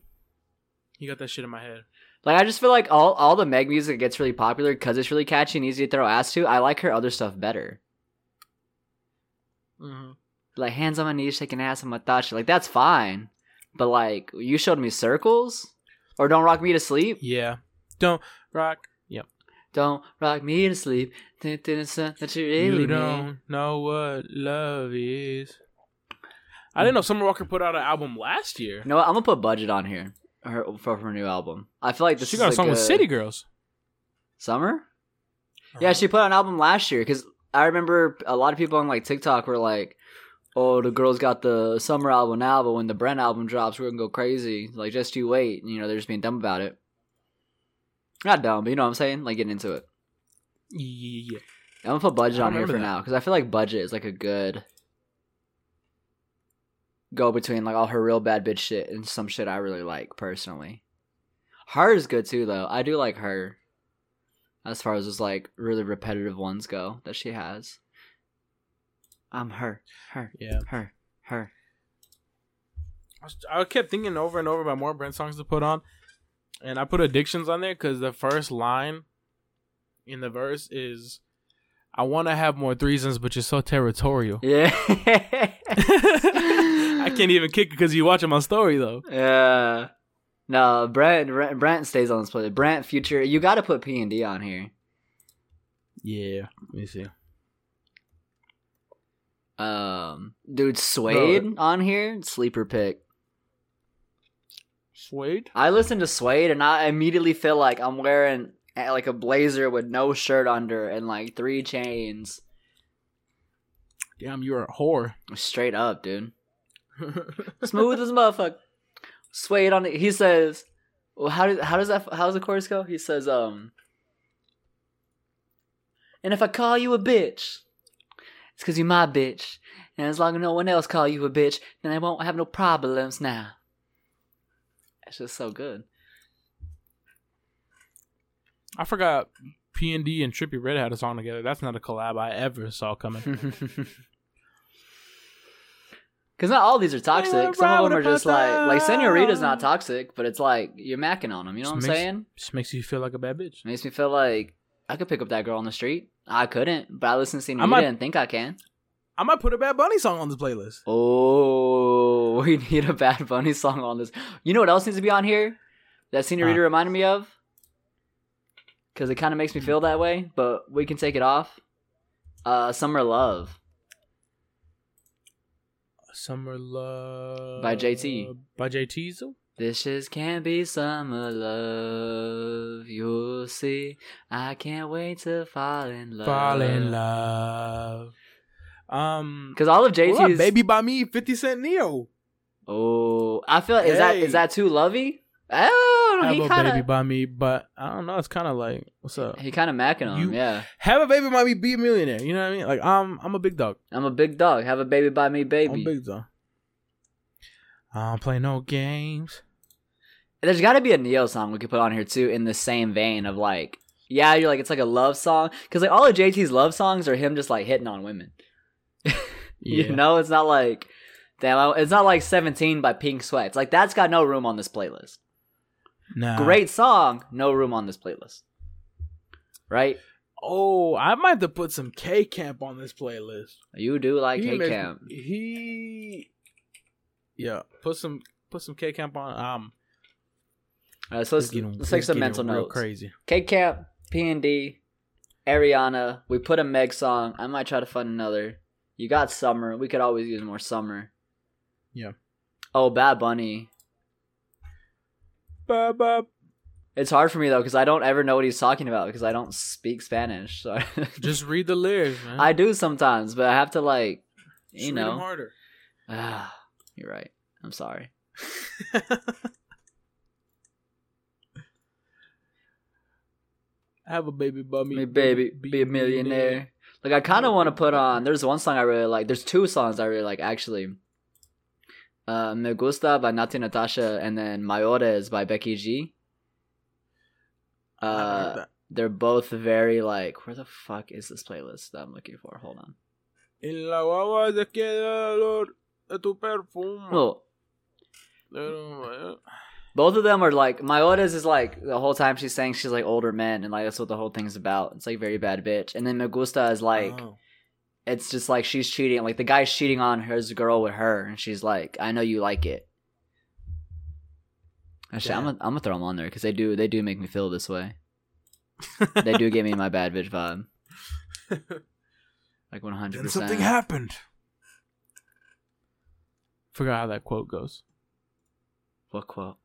You got that shit in my head.
Like I just feel like all all the Meg music gets really popular because it's really catchy and easy to throw ass to. I like her other stuff better.
Mm-hmm.
Like hands on my knees, shaking ass on my thought shit. Like that's fine. But like you showed me circles or don't rock me to sleep.
Yeah, don't rock.
Don't rock me to sleep. Think that it's something that you really
you
mean.
don't know what love is. I didn't know Summer Walker put out an album last year.
You know what? I'm gonna put budget on here her, for her new album. I feel like this
she
is
got a song with
good-
City Girls.
Summer. Yeah, she put out an album last year because I remember a lot of people on like TikTok were like, "Oh, the girls got the summer album now, but when the Brent album drops, we're gonna go crazy." Like, just you wait. You know, they're just being dumb about it. Not dumb, but you know what I'm saying? Like getting into it.
Yeah.
I'm gonna put budget
I
on here for
remember that.
now because I feel like budget is like a good go between like all her real bad bitch shit and some shit I really like personally. Her is good too though. I do like her as far as just like really repetitive ones go that she has. I'm her, her,
Yeah.
her, her.
I was- I kept thinking over and over about more Brent songs to put on, and I put Addictions on there because the first line in the verse is, "I want to have more threesomes, but you're so territorial."
Yeah.
I can't even kick it because you watching my story though.
yeah. No, Brent, Brent Brent stays on this play. Brent Future, you got to put P and D on here.
Yeah. Let me see.
Um, dude, Suede on here, sleeper pick.
Suede.
I listened to Suede and I immediately feel like I'm wearing eh, like a blazer with no shirt under and like three chains.
Damn, you're a whore.
Straight up, dude. Smooth as a motherfucker. Suede on it. He says, well, how does how does that how does the chorus go? He says, um, and if I call you a bitch, it's because you're my bitch. And as long as no one else call you a bitch, then I won't have no problems now. That's just so good.
I forgot P and D and Trippy Red had a song together. That's not a collab I ever saw coming.
Hmm. Because not all these are toxic. Some of them are just like, like Senorita's not toxic, but it's like you're macking on them. You know what I'm
Just makes-
saying?
Just makes you feel like a bad bitch.
It makes me feel like I could pick up that girl on the street. I couldn't, but I listened to Senorita
I might-
and think I can.
I might put a Bad Bunny song on this playlist.
Oh, we need a Bad Bunny song on this. You know what else needs to be on here? That Senorita reminded me of? Because it kind of makes me feel that way, but we can take it off. Uh, Summer Love.
Summer Love
By JT.
By JT. So?
This just can't be summer love. You'll see. I can't wait to fall in love.
Fall in love. Um,
Because all of
what up,
JT's
baby by me, Fifty Cent, Neo.
Oh, I feel is that is
Hey.
that too lovey? Oh,
Have
he
a
kind
baby
of
by me, but I don't know. It's kind of like, what's up?
he kind of macking on him.
You-
Yeah,
Have a baby by me, be a millionaire. You know what I mean? Like, I'm I'm a big dog.
I'm a big dog. Have a baby by me,
I'm
baby.
big dog. I don't play no games.
There's got to be a Neo song we could put on here too, in the same vein of like, yeah, you're like it's like a love song because like all of JT's love songs are him just like hitting on women. You know, it's not like Damn, I- it's not like 17 by Pink Sweat. It's like that's got no room on this playlist.
Nah.
Great song, no room on this playlist. Right?
Oh, I might have to put some K Camp on this playlist.
You do like
he
Hey
makes-
Camp.
He. Yeah, put some put some K Camp on. Um,
All right, so let's,
it's getting-
let's take
it's
some
getting
mental
real
notes.
Crazy.
K Camp, P and D, Ariana. We put a Meg song. I might try to find another. You got Summer. We could always use more Summer.
Yeah.
Oh, Bad Bunny.
Ba, ba.
It's hard for me though because I don't ever know what he's talking about because I don't speak Spanish. So
Just read the lyrics, man.
I do sometimes, but I have to like,
Just
you
read 'em
know.
harder.
Ah, you're right. I'm sorry.
Have a baby, bummy.
Me baby, be a millionaire. Like I kind of want to put on. There's one song I really like. There's two songs I really like actually. Uh, Me Gusta by Nati Natasha and then Mayores by Becky G.
I like
Uh,
that.
they're both very like. Where the fuck is this playlist that I'm looking for? Hold on.
En la guagua se queda el olor de tu perfume.
Well,
Pero, eh,
both of them are like Mayores is like the whole time she's saying she's like older men and like that's what the whole thing's about. It's like very bad bitch. And then Me Gusta is like.
oh.
it's just like she's cheating. Like the guy's cheating on his girl with her, and she's like, "I know you like it." Actually, I'm gonna, I'm gonna throw them on there because they do they do make me feel this way. They do give me my bad bitch vibe, like 100.
Then
percent
something happened. Forgot how that quote goes.
What quote?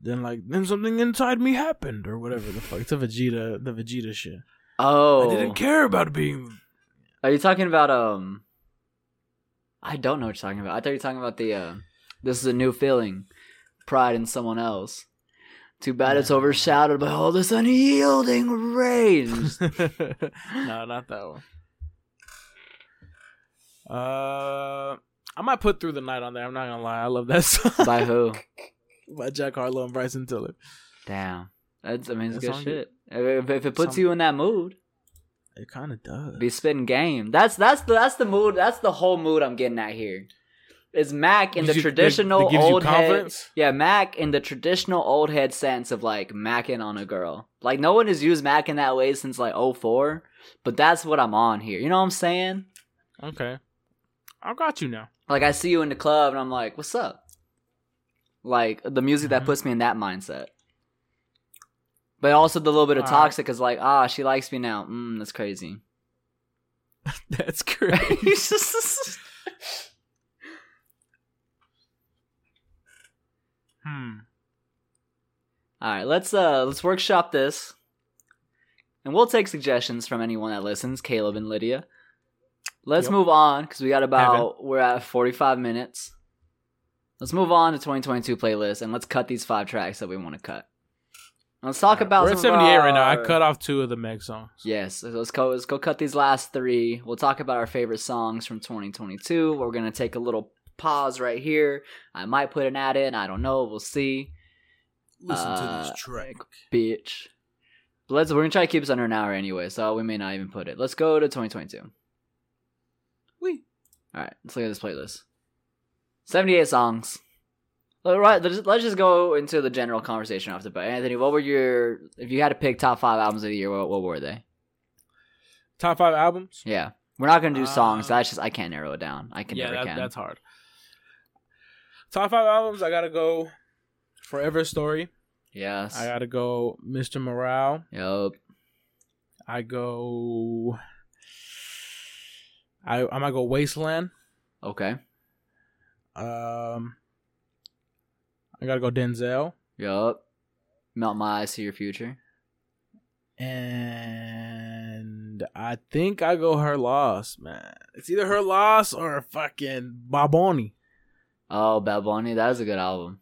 Then like then something inside me happened or whatever the fuck. It's a Vegeta the Vegeta shit. I
Oh,
didn't care about being
are you talking about um? I don't know what you're talking about. I thought you were talking about the uh, this is a new feeling, pride in someone else. Too bad it's
Yeah.
overshadowed by all this unyielding rage.
No, not that one. Uh I might put Through the Night on there, I'm not gonna lie. I love that song.
by who?
By Jack Harlow and Bryson Tiller.
Damn. That's, I mean, it's
That
good
song-
shit. If, if it puts
song-
you in that mood,
It kinda does.
be spitting game. That's that's the that's the mood. That's the whole mood I'm getting at here. Is Mac in
Gives
the
you- that- that
traditional
gives you
old head?
confidence?
Yeah, Mac in the traditional old head sense of like macking on a girl. Like no one has used Mac in that way since like '04, but that's what I'm on here. You know what I'm saying?
Okay. I got you now.
Like I see you in the club and I'm like, "What's up?" Like the music that
Mhm.
puts me in that mindset. But also the little bit of
Alright.
toxic is like, "Ah, she likes me now." Mm, that's crazy.
That's great. hmm.
All right, let's uh let's workshop this. And we'll take suggestions from anyone that listens, Caleb and Lydia. Let's
Yep.
move on cuz we got about we're at 45 minutes. Let's move on to 2022 playlist and let's cut these five tracks that we want to cut. Let's talk about
We're at
some of
78 right now. I
our-
cut off two of the Meg songs.
Yes, so let's go. Let's go cut these last three. We'll talk about our favorite songs from 2022. We're gonna take a little pause right here. I might put an ad in. I don't know. We'll see,
Listen to
Uh,
this track.
bitch. But let's. We're gonna try to keep this under an hour anyway, so we may not even put it. Let's go to 2022.
We.
All right, let's look at this playlist. 78 songs. All right, let's let's just go into the general conversation off the bat. Anthony, what were your if you had to pick top five albums of the year? What, what were they?
Top five albums.
Yeah. We're not gonna do songs.
Uh,
That's just I can't narrow it down. I can
yeah,
never
that,
can.
that's hard. Top five albums. I gotta go. Forever Story.
Yes.
I uh, gotta go. Mr. Morale.
Yup.
I go. I I might go Wasteland.
Okay.
Um. I gotta go Denzel
Yup. Melt my eyes to your future.
and I think I go Her Loss, man. It's either Her Loss or fucking Baboni.
Oh, Bad Bunny, that is a good album.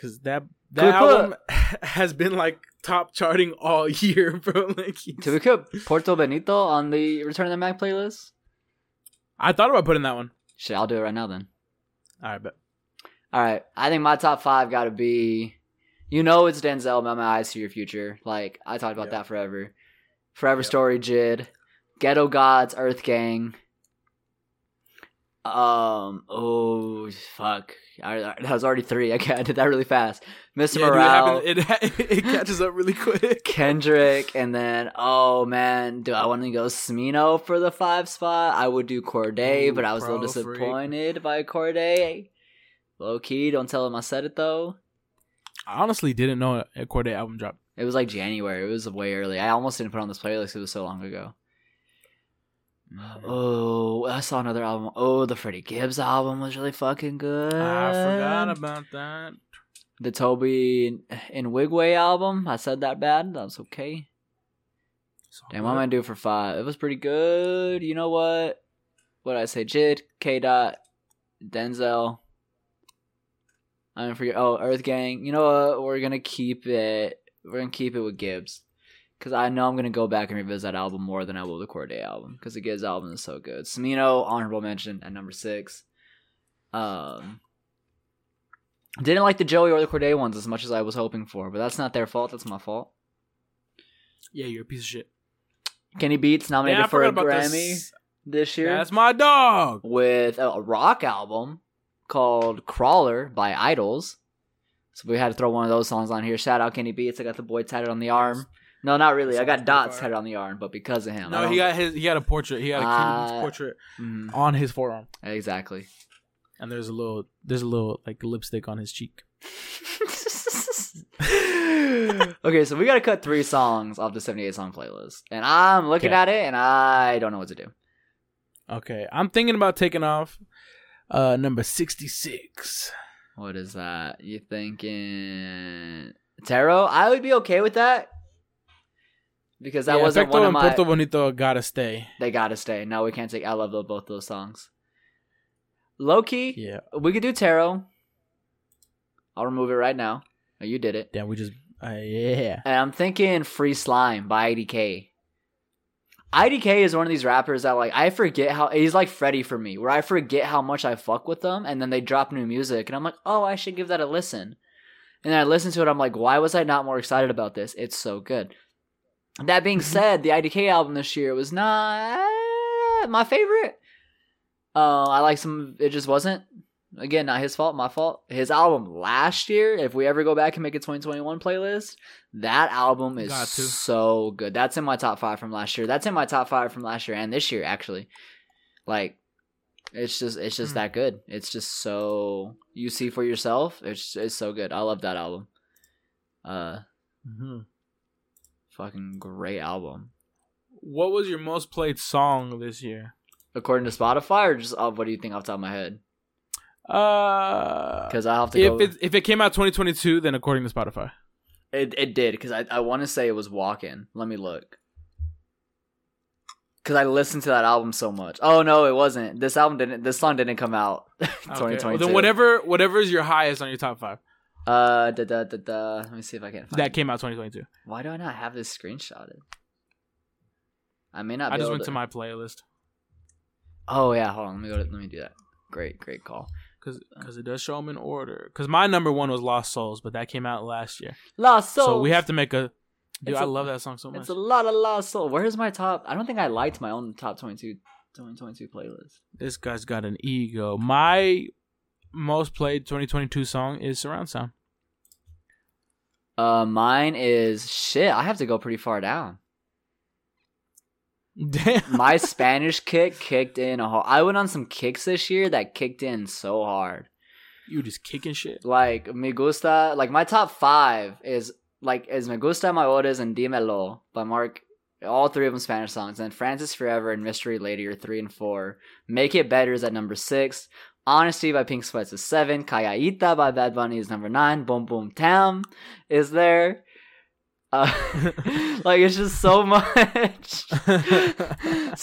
Cause that
Could we
that
put-
album has been like top charting all year, bro. Like
Did we put Porto Benito on the Return of the Mac playlist?
I thought about putting that one.
Shit, I'll do it right now then.
All right, but
All right. I think my top five got to be, you know, it's Denzel, Melt My Eyes to Your Future. Like, I talked about
Yep.
that forever. Forever
Yep.
Story, Jid. Ghetto Gods, Earth Gang. Um. Oh fuck! I, I, that was already three. I, can't, I did that really fast. Mr.
Yeah, dude, it
Morale,
happened- it, ha- it catches up really quick.
Kendrick, and then oh man, do I want to go Smino for the five spot? I would do Corday,
Ooh,
but I was a little
pro freak.
disappointed by Corday. Low key, don't tell him I said it though.
I honestly didn't know a Corday album dropped.
It was like January. It was way early. I almost didn't put it on this playlist. It was so long ago.
Mm-hmm.
Oh, I saw another album. Oh, the Freddie Gibbs album was really fucking good.
I forgot about that.
the Toby and Wigway album. I said that bad. That was okay. Damn, what am I gonna do for five? It was pretty good. You know what? What did I say? Jid, K Dot, Denzel. I'm for oh Earth Gang. You know what? We're gonna keep it. We're gonna keep it with Gibbs, because I know I'm gonna go back and revisit that album more than I will the Corday album, because the Gibbs album is so good. Smino, honorable mention at number six. Um, didn't like the Joey or the Corday ones as much as I was hoping for, but that's not their fault. That's my fault.
Yeah, you're a piece of shit.
Kenny Beats nominated
Yeah, I
for a
forgot about
Grammy
this.
this year
That's my dog.
with a rock album called Crawler by Idols. So we had to throw one of those songs on here. Shout out Kenny Beats. I got the boy tatted on the arm. No, not really. I got
Sounds pretty
dots
fire.
tatted on the arm, but because of him. I
No, he
don't-
got his. He had a portrait. He had a
Uh,
Cuban Links portrait
Mhm,
on his forearm,
exactly.
and there's a little, there's a little like lipstick on his cheek.
okay, so we got to cut three songs off the 78 song playlist. And I'm looking
Okay.
at it and I don't know what to do.
Okay, I'm thinking about taking off uh number sixty six.
What is that? You thinking tarot? I would be okay with that because that wasn't one of
and
my.
Puerto Bonito gotta stay.
They gotta stay. No, we can't take. I love tho- both those songs. Low key,
Yeah,
we could do tarot. I'll remove it right now. Oh, you did it.
damn, we just uh, yeah.
And I'm thinking Free Slime by IDK. IDK is one of these rappers that like I forget how he's like Freddie for me, where I forget how much I fuck with them, and then they drop new music, and I'm like, oh, I should give that a listen. And then I listen to it, I'm like, why was I not more excited about this? It's so good. That being said, the IDK album this year was not my favorite. Uh, I like some. It just wasn't. Again, not his fault, my fault. His album last year, if we ever go back and make a 2021 playlist, that album is
Got to.
so good. That's in my top five from last year. That's in my top five from last year and this year actually. Like, it's just it's just
Mm.
that good. It's just so you see for yourself. It's it's so good. I love that album. Uh,
Mm-hmm.
fucking great album.
What was your most played song this year?
According to Spotify, or just off, what do you think off the top of my head?
Uh,
Because I have to
if
go.
it if it came out 2022, then according to Spotify,
It it did because I I want to say it was Walking. Let me look. Because I listened to that album so much. Oh no, it wasn't. This album didn't. This song didn't come out.
Okay.
2022.
Well, then whatever whatever is your highest on your top five
Uh, da, da, da, da. Let me see if I can. Find
that
it.
came out 2022.
Why do I not have this screenshotted? I may not.
I
be
just
able
went
to
to my playlist
Oh yeah, hold on. Let me go. To, let me do that. Great, great call.
because it does show them in order. Because my number one was Lost Souls, but that came out last year.
Lost
So,
Souls.
we have to make a. Dude,
It's
I
a-
love that song so much.
It's a lot of lost soul. Where's my top? I don't think I liked my own top 22, 2022 playlist.
this guy's got an ego. My most played 2022 song is Surround Sound.
Uh, mine is shit. I have to go pretty far down.
Damn.
My Spanish kick kicked in a hard. I went on some kicks this year that kicked in so hard.
You just kicking shit.
Like me gusta. Like my top five is like is me gusta my odes and dímelo by Mark. All three of them Spanish songs. And Francis Forever and Mystery Lady are three and four. Make It Better is at number six. Honesty by Pink Sweats is seven. Callaita by Bad Bunny is number nine. Boom Boom Tam is there. Uh, like it's just so much.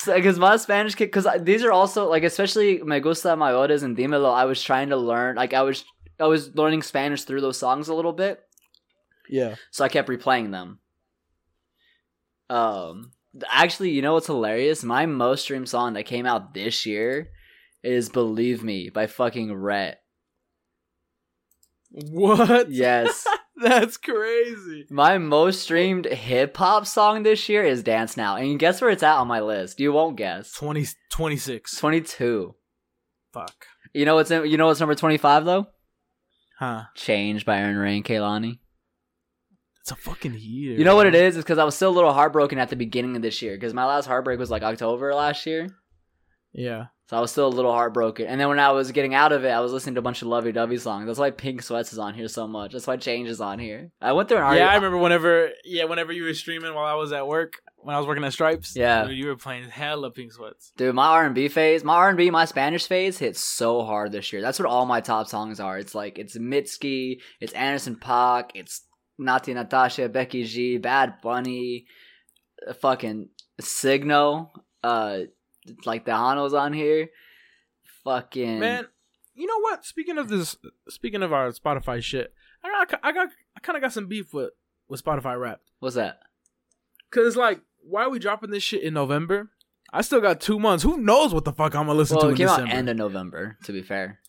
Because my Spanish kid, because these are also like, especially Me Gusta Mayores and Dímelo. I was trying to learn, like, I was, I was learning Spanish through those songs a little bit,
Yeah.
so I kept replaying them. Um, actually, you know what's hilarious? My most streamed song that came out this year is "Believe Me" by fucking Rhett.
What?
Yes,
That's crazy.
my most streamed hip hop song this year is "Dance Now," and guess where it's at on my list? You won't guess.
20, 26.
Twenty two.
Fuck.
You know what's in, you know what's number twenty five though?
Huh.
Changed by Aaron Ray and Kaylani.
It's a fucking heater.
You know what it is? It's because I was still a little heartbroken at the beginning of this year because my last heartbreak was like October last year.
Yeah.
So I was still a little heartbroken. And then when I was getting out of it, I was listening to a bunch of lovey dovey songs. That's why Pink Sweats is on here so much. That's why Change is on here. I went through an
yeah,
R-
I remember whenever yeah, whenever you were streaming while I was at work, when I was working at Stripes.
Yeah.
You were playing hella pink sweats.
Dude, my R and B phase, my R and B, my Spanish phase hit so hard this year. That's what all my top songs are. It's like it's Mitski, it's Anderson Paak, it's Nati Natasha, Becky G, Bad Bunny, uh, fucking Signo, uh, like the Hano's on here. Fucking
Man, you know what? Speaking of this speaking of our Spotify shit, I got I got I kinda got some beef with, with Spotify Wrapped.
what's that?
Cause like, why are we dropping this shit in November? I still got two months. Who knows what the fuck I'm gonna listen
well,
to
it
in
came
December?
out end of November. To be fair,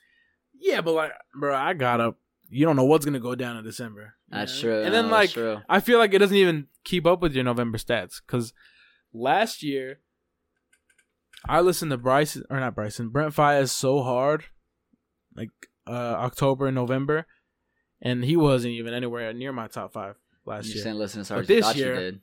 yeah, but like, bro, I got up. You don't know what's gonna go down in December. You
that's
know?
true.
And then
no,
like,
that's true.
I feel like it doesn't even keep up with your November stats because last year I listened to Bryson or not Bryson Brent Fires so hard, like uh October and November, and he wasn't even anywhere near my top five last
you
year.
just didn't listen to
But
Sarge.
this
thought
year-
you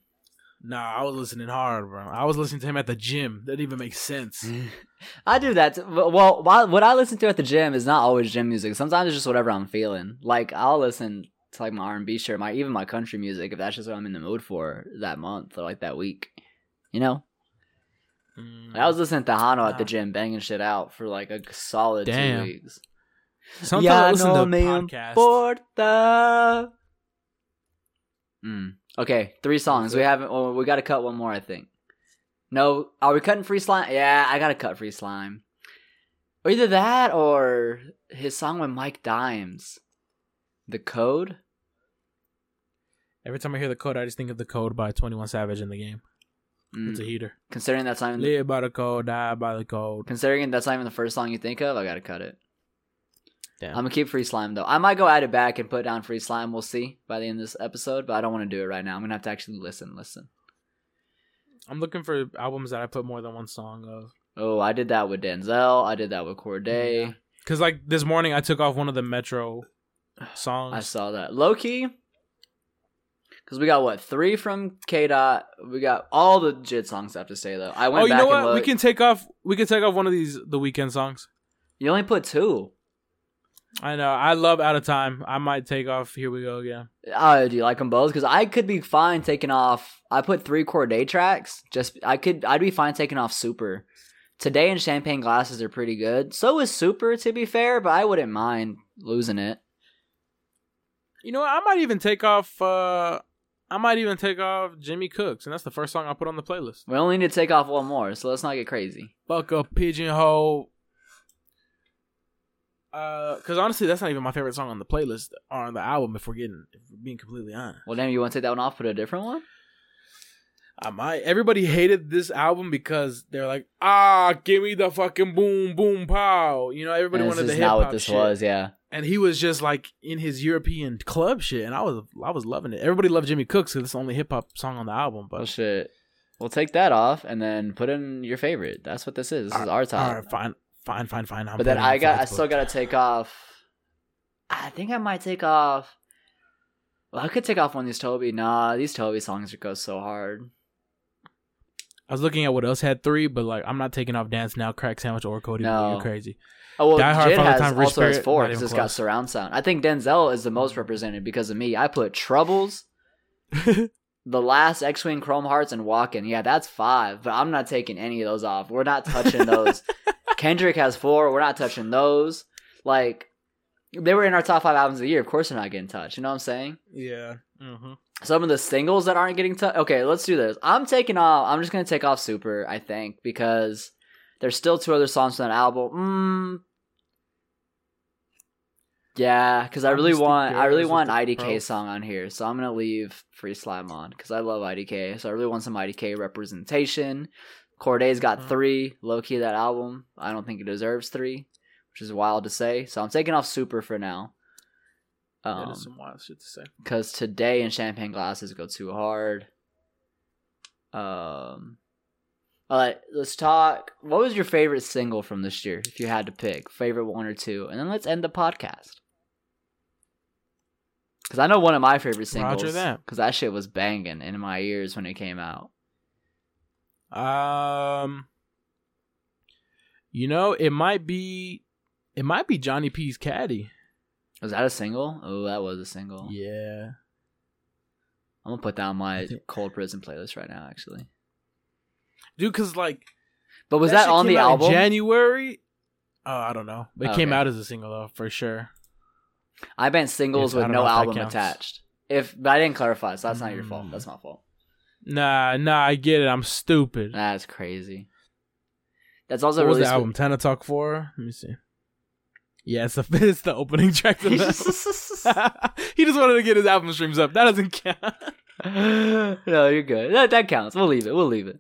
Nah, I was listening hard, bro. I was listening to him at the gym. That didn't even make sense.
did. I do that. Too. Well, why- what I listen to at the gym is not always gym music. Sometimes it's just whatever I'm feeling. Like I'll listen to like my R and B shirt, my even my country music if that's just what I'm in the mood for that month or like that week. You know,
Mm.
I was listening to Hano at the
Nah.
gym, banging shit out for like a solid two
Damn.
weeks.
Sometimes
Ya
I listen
no
to
me
podcasts.
importa. Mm. Okay, three songs. We haven't. Oh, we got to cut one more, I think. No, are we cutting free slime? Yeah, I gotta cut free slime. Or either that or his song with Mike Dimes, "The Code."
Every time I hear the code, I just think of the code by Twenty One Savage in the game.
Mm.
It's a heater.
Considering that's not even,
Live by the code, die by the code.
considering that's not even the first song you think of, I gotta cut it.
Damn.
I'm gonna keep free slime though. I might go add it back and put down free slime. We'll see by the end of this episode, but I don't want to do it right now. I'm gonna have to actually listen, listen.
I'm looking for albums that I put more than one song of.
Oh, I did that with Denzel. I did that with Corday.
Yeah. Cause like this morning I took off one of the Metro songs.
I saw that. Low key, because we got what three from K Dot. We got all the Jid songs. I have to say though, I went
oh, you
back
know
and
what?
looked.
We can take off. We can take off one of these the weekend songs.
You only put two.
I know. I love Out of Time. I might take off. Here we go again.
Uh, do you like them both? Because I could be fine taking off. I put three Corday tracks. Just I could. I'd be fine taking off Super. Today and Champagne Glasses are pretty good. So is Super, to be fair, but I wouldn't mind losing it.
You know what? I might even take off. uh I might even take off Jimmy Cooks, and that's the first song I put on the playlist.
We only need to take off one more, so let's not get crazy.
Fuck a pigeonhole. Uh, cause honestly, that's not even my favorite song on the playlist or on the album. If we're getting, if we're being completely honest.
Well, damn, you want to take that one off, put a different one?
I might. Everybody hated this album because they're like, ah, give me the fucking boom, boom, pow. You know, everybody
And
wanted the
this is
hip
not
hop
what this
shit.
was, yeah.
And he was just like in his European club shit, and I was, I was loving it. Everybody loved Jimmy Cooks because it's the only hip hop song on the album.
Oh
But
shit. We'll take that off and then put in your favorite. That's what this is. This is our
all
top.
right, fine, fine, fine, fine. I'm
but then
putting it
I
on
got I
Facebook.
still gotta take off I think I might take off Well, I could take off one of these Toby. Nah, these Toby songs go so hard.
I was looking at what else had three, but like, I'm not taking off Dance Now, Crack Sandwich, or Cody.
No.
You're crazy.
Oh well,
Die Hard,
Jid
Father
has
Time, Rich
also has
Spirit,
four
not
because
even
it's got
close. Mm.
surround sound. I think Denzel is the most represented because of me. I put Troubles, The Last X Wing, Chrome Hearts, and Walking. Yeah, that's five, but I'm not taking any of those off. We're not touching those. Kendrick has four. We're not touching those. Like, they were in our top five albums of the year. Of course, they're not getting touched. You know what I'm saying?
yeah.
Um,
Mm-hmm.
Some of the singles that aren't getting touched. Okay, let's do this. I'm taking off. I'm just going to take off Super, I think, because there's still two other songs from that album. Mm. Yeah, because I
I'm
really
just the
want I really
girls with
want
the
an IDK
bro.
song on here, so I'm gonna leave Free Slime on because I love IDK, so I really want some IDK representation. Corday's got
Mhm.
three. Low key, that album I don't think it deserves three, which is wild to say. So I'm taking off Super for now. Um,
that is some wild shit to say.
because today in champagne glasses go too hard. Um, All right, let's talk. What was your favorite single from this year, if you had to pick? Favorite one or two? And then let's end the podcast. Because I know one of my favorite singles.
Roger that.
Because that shit was banging in my ears when it came out.
Um, you know, it might be, it might be Johnny P's Caddy.
Was that a single? Oh, that was a single.
Yeah,
I'm gonna put that on my
I think-
Cold Prison playlist right now, actually.
dude, because like
But was that,
shit
on
came
the
out in
album?
January? Oh, I don't know. It came
Okay.
out as a single though, for sure.
I meant singles
Yes, I
with
don't
no
know if that
album
counts.
attached. If but I didn't clarify, so that's not your fault.
Mm.
That's my fault.
Nah, nah, I get it. I'm stupid.
That's crazy. That's also
what was
really
the album? Tana Talk Four. Let me see. Yeah, it's the it's the opening track. To the he just wanted to get his album streams up. That doesn't count.
no, you're good. That, that counts. We'll leave it. We'll leave it.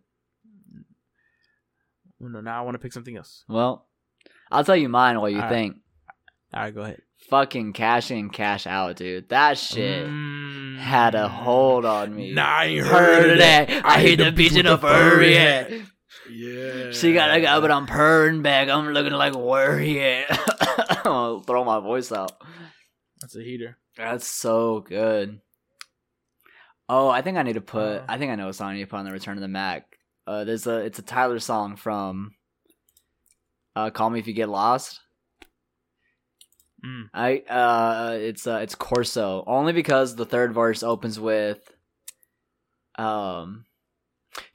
Oh, no, now I want to pick something else.
Well, I'll tell you mine while you
All right.
think.
All right, go ahead.
Fucking cash in, cash out, dude. That shit
Mm.
had a hold on me.
Nah, I ain't
heard that. I, hate the bitch
beach
in a furry hat.
Yeah.
She got a guy, but I'm purring back. I'm looking like where he at. I'm gonna throw my voice out.
That's a heater.
That's so good. Oh, I think I need to put.
Uh.
I think I know what song I need to put on the Return of the Mac. Uh, there's a. It's a Tyler song from. Uh, Call me if you get lost.
Mm.
I uh, it's uh, it's Corso only because the third verse opens with, um,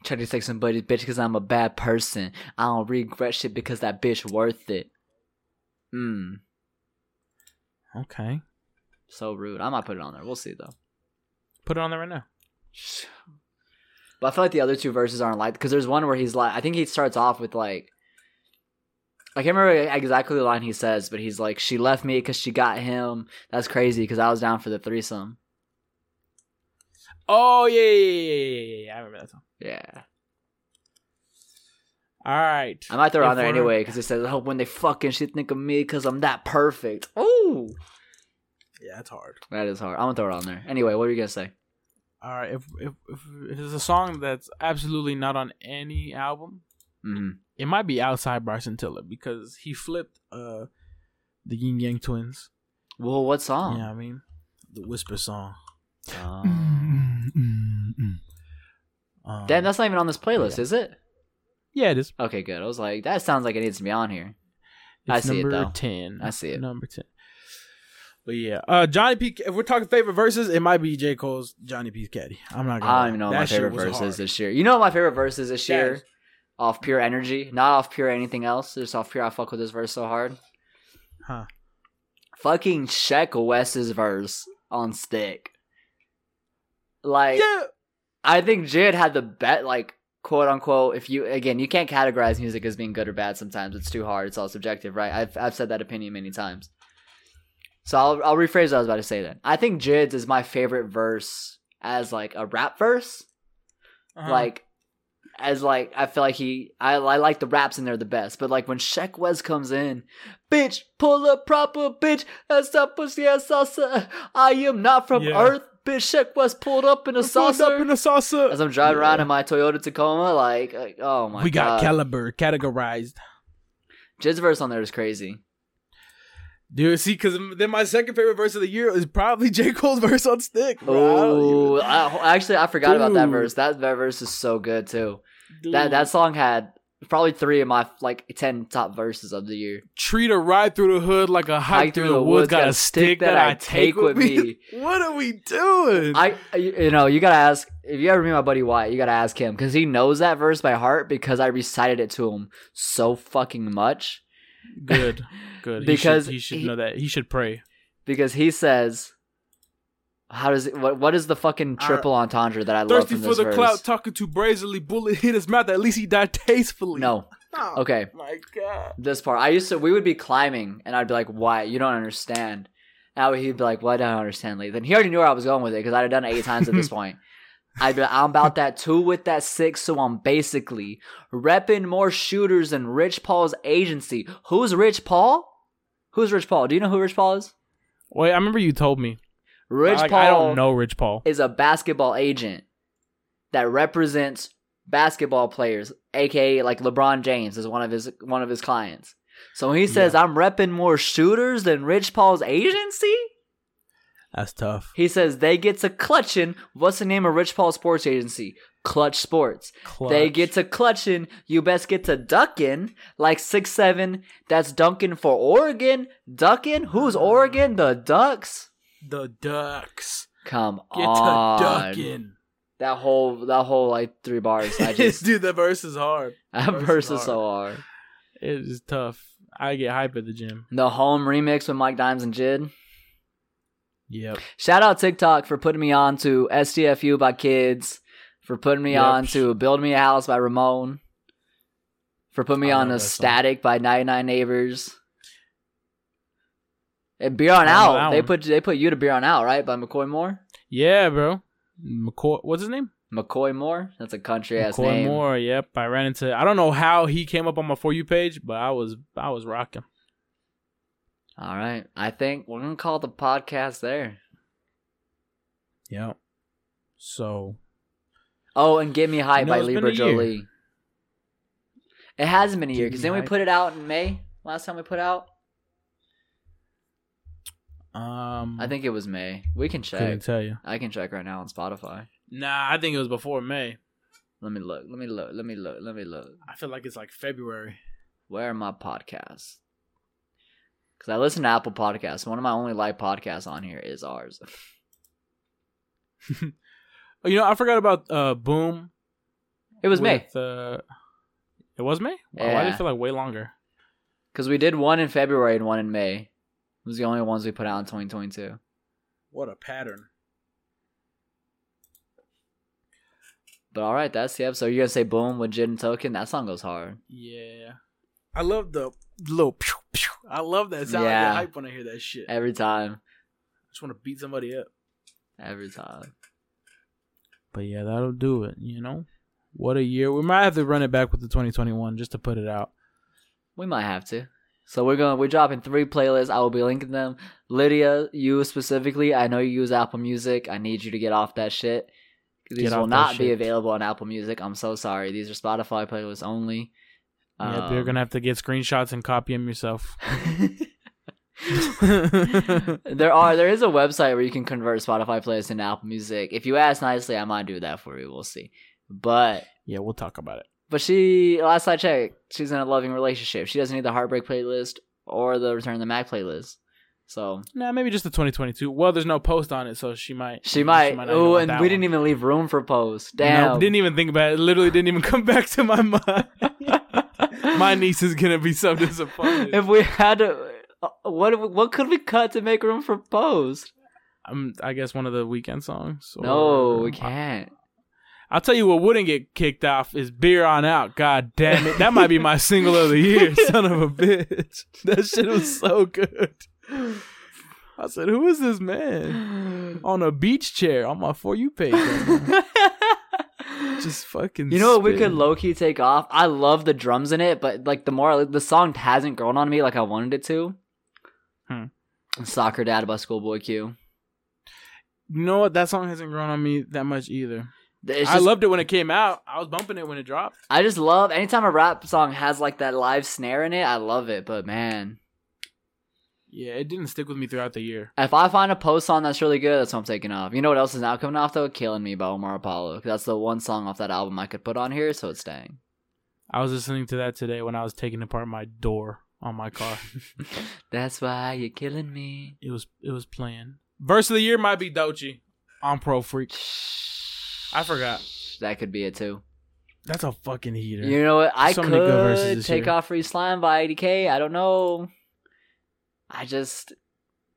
try to take somebody's bitch because I'm a bad person. I don't regret shit because that bitch worth it. Mm,
Okay.
so rude. I might put it on there. We'll see though.
Put it on there right now.
But I feel like the other two verses aren't like because there's one where he's like I think he starts off with like I can't remember exactly the line he says, but he's like she left me because she got him. That's crazy because I was down for the threesome.
Oh yeah, yeah, yeah, yeah, yeah, yeah. I remember that song.
Yeah,
All right.
I might throw it
If
on there
we're-
anyway because it says I hope when they fucking she think of me because I'm that perfect. Oh,
Yeah, it's hard.
that is hard. I'm gonna throw it on there anyway. What are you gonna say?
All right. If if, if if there's a song that's absolutely not on any album,
Mm-hmm.
it might be outside Bryson Tiller because he flipped uh the Yin Yang Twins.
Well, what
Yeah,
song?
I mean the Whisper song.
Um,
Um,
Damn, mm. that's not even on this playlist, is it?
yeah, it is.
Okay, good. I was like, that sounds like it needs to be on here.
It's
I see it,
number
though.
ten.
I see it.
Number ten. But yeah, uh, Johnny P. If we're talking favorite verses, it might be J. Cole's Johnny P.'s Caddy. I'm not. Gonna
I
lie.
don't even know what
That
my
shit
favorite
was
verse
hard.
is this year. You know what my favorite verse is this
Yeah.
year? Off pure energy, not off pure anything else. Just off pure, I fuck with this verse so hard.
Huh.
Fucking check Wes's verse on stick. Like
Yeah.
I think Jid had the bet, like quote unquote. If you again, you can't categorize music as being good or bad. Sometimes it's too hard. It's all subjective, right? I've I've said that opinion many times. So I'll I'll rephrase what I was about to say. Then I think Jid's is my favorite verse as like a rap verse
Uh-huh.
like as like I feel like he I, I like the raps in there the best, but like when Sheck Wes comes in, bitch, pull up proper, bitch, that's that pussy ass salsa. I am not from
Yeah.
Earth, bitch. Sheck Wes pulled up in a
Pulled Uh-huh. up in
saucer.
a salsa.
As I'm driving around
Yeah.
in my Toyota Tacoma, like, like, oh my
we got
god,
caliber categorized.
Jid's verse on there is crazy.
Dude, see, because then my second favorite verse of the year is probably J. Cole's verse on Stick.
Oh,
bro.
actually, I forgot about that
Dude.
verse. That, that verse is so good too.
Dude.
That that song had probably three of my like ten top verses of the year.
treat a ride through the hood like a hike, through, the woods. Got a stick that, I take with me. what are we doing?
I, you you know, you gotta ask if you ever meet my buddy Wyatt, you gotta ask him because he knows that verse by heart because I recited it to him so fucking much.
good, good.
Because
he should, he
he-
should know that. He should pray.
Because he says, "How does it? What, what is the fucking
Our-
triple entendre that I love
Uh, Thirsty
from
for
this
the
verse?"
clout, talking too brazenly. Bullet hit his mouth. At least he died tastefully.
no,
Oh,
okay,
My God.
this part. I used to. We would be climbing, and I'd be like, "Wyatt, you don't understand." Now he'd be like, "Well, I don't understand, Lee." Then he already knew where I was going with it because I'd have done it eight times at this point. I'd be like, I'm about that two with that six, so I'm basically repping more shooters than Rich Paul's agency. Who's Rich Paul? Who's Rich Paul? Do you know who Rich Paul is?
Wait, I remember you told me.
Rich
Like,
Paul
I don't know Rich Paul.
is a basketball agent that represents basketball players, aka like LeBron James is one of his one of his clients. So when he says I'm repping more shooters than Rich Paul's agency,
That's tough.
he says they get to clutching. What's the name of Rich Paul's sports agency? Clutch Sports. They
Clutch.
get to clutching. You best get to ducking. Like six seven. That's dunking for Oregon. Ducking.
Ah.
Who's Oregon? The Ducks.
the ducks.
Come
Get
on.
to ducking.
That whole that whole like three bars. I just
Dude, the verse is hard.
that
verse is
verse is
hard.
so hard.
It is tough. I get hype at the gym.
The home remix with Mike Dimes and Jid.
Yep.
Shout out TikTok for putting me on to STFU by Kids, for putting me
Yep.
on to Build Me a House by Ramon, for putting me
I
on
know
to
that song.
Static by 99 Neighbors. And Beer on
I know
Out.
that
They
one.
put they put you to Beer on Out, right? By McCoy Moore?
Yeah, bro. McCoy, what's his name?
McCoy Moore? That's a country ass
McCoy
name.
Moore. Yep. I ran into. I don't know how he came up on my for you page, but I was I was rocking.
All right. I think we're gonna call the podcast there.
Yep. So
Oh, and Give Me Hype
You know,
by
it's been
Libra
a year.
Jolie. It hasn't been a year
Give
because
Me
then we
Hype.
put it out in May. Last time we put out,
um,
I think it was May. We can check.
couldn't tell you.
I can check right now on Spotify.
Nah, I think it was before May.
Let me look. Let me look. Let me look. Let me look.
I feel like it's like February.
Where are my podcasts? Because I listen to Apple Podcasts. One of my only live podcasts on here is ours.
Oh, you know, I forgot about uh Boom.
It was May
with, Uh, it was May. Why- Why did
Yeah.
it feel like way longer?
because we did one in February and one in May. It was the only ones we put out in 2022.
What a pattern.
But all right, that's the episode. You're gonna say "Boom" with Jid and Token. That song goes hard.
Yeah. I love the little pew, pew. I love that sound. I
Yeah.
get hype when I hear that shit. I
Every time.
just want to beat somebody up.
Every time.
But yeah, that'll do it, you know? What a year. We might have to run it back with the 2021 just to put it out.
We might have to. So we're going. We're dropping three playlists. I will be linking them. Lydia, you specifically. I know you use Apple Music. I need you to get off that shit. These
Get off
will
that
not be
shit.
available on Apple Music. I'm so sorry. These are Spotify playlists only.
yep,
Um,
you're going to have to get screenshots and copy them yourself.
there are there is a website where you can convert Spotify playlists into Apple Music. If you ask nicely, I might do that for you. We'll see. But
yeah, we'll talk about it.
But she, last I checked, she's in a loving relationship. She doesn't need the heartbreak playlist or the return of the Mac playlist. So
Nah, maybe just the 2022. Well, there's no post on it, so she might.
she might.
not even
Oh,
want
and we
that
didn't
one.
even leave room for post.
Nope,
Damn.
didn't even think about it. it. Literally didn't even come back to my mind. my niece is going to be so disappointed.
if we had to, uh, what what could we cut to make room for post?
um, I guess one of the weekend songs. or-
No, we can't.
I'll tell you what wouldn't get kicked off is beer on out. God damn it, that might be my single of the year. Son of a bitch, that shit was so good. I said, "Who is this man on a beach chair on my for you page?" right now?" Just fucking.
You know what we could
spitting.
low key take off? I love the drums in it, but like the more the song hasn't grown on me like I wanted it to.
Hmm.
Soccer Dad by Schoolboy Q.
You know what? That song hasn't grown on me that much either.
It's just,
I loved it when it came out. I was bumping it when it dropped.
I just love anytime a rap song has like that live snare in it. I love it, but man,
Yeah, it didn't stick with me throughout the year.
if I find a post song that's really good, that's what I'm taking off. You know what else is now coming off though? "Killing Me" by Omar Apollo. 'cause That's the one song off that album I could put on here, so it's staying.
I was listening to that today when I was taking apart my door on my car.
That's why you're killing me.
It was it was playing. Verse of the year might be Dochi. I'm pro freak. I forgot.
That could be it too.
That's a fucking heater.
You know what? I
So many good verses
could
this
take
year.
off "Free Slime" by IDK. I don't know. I just,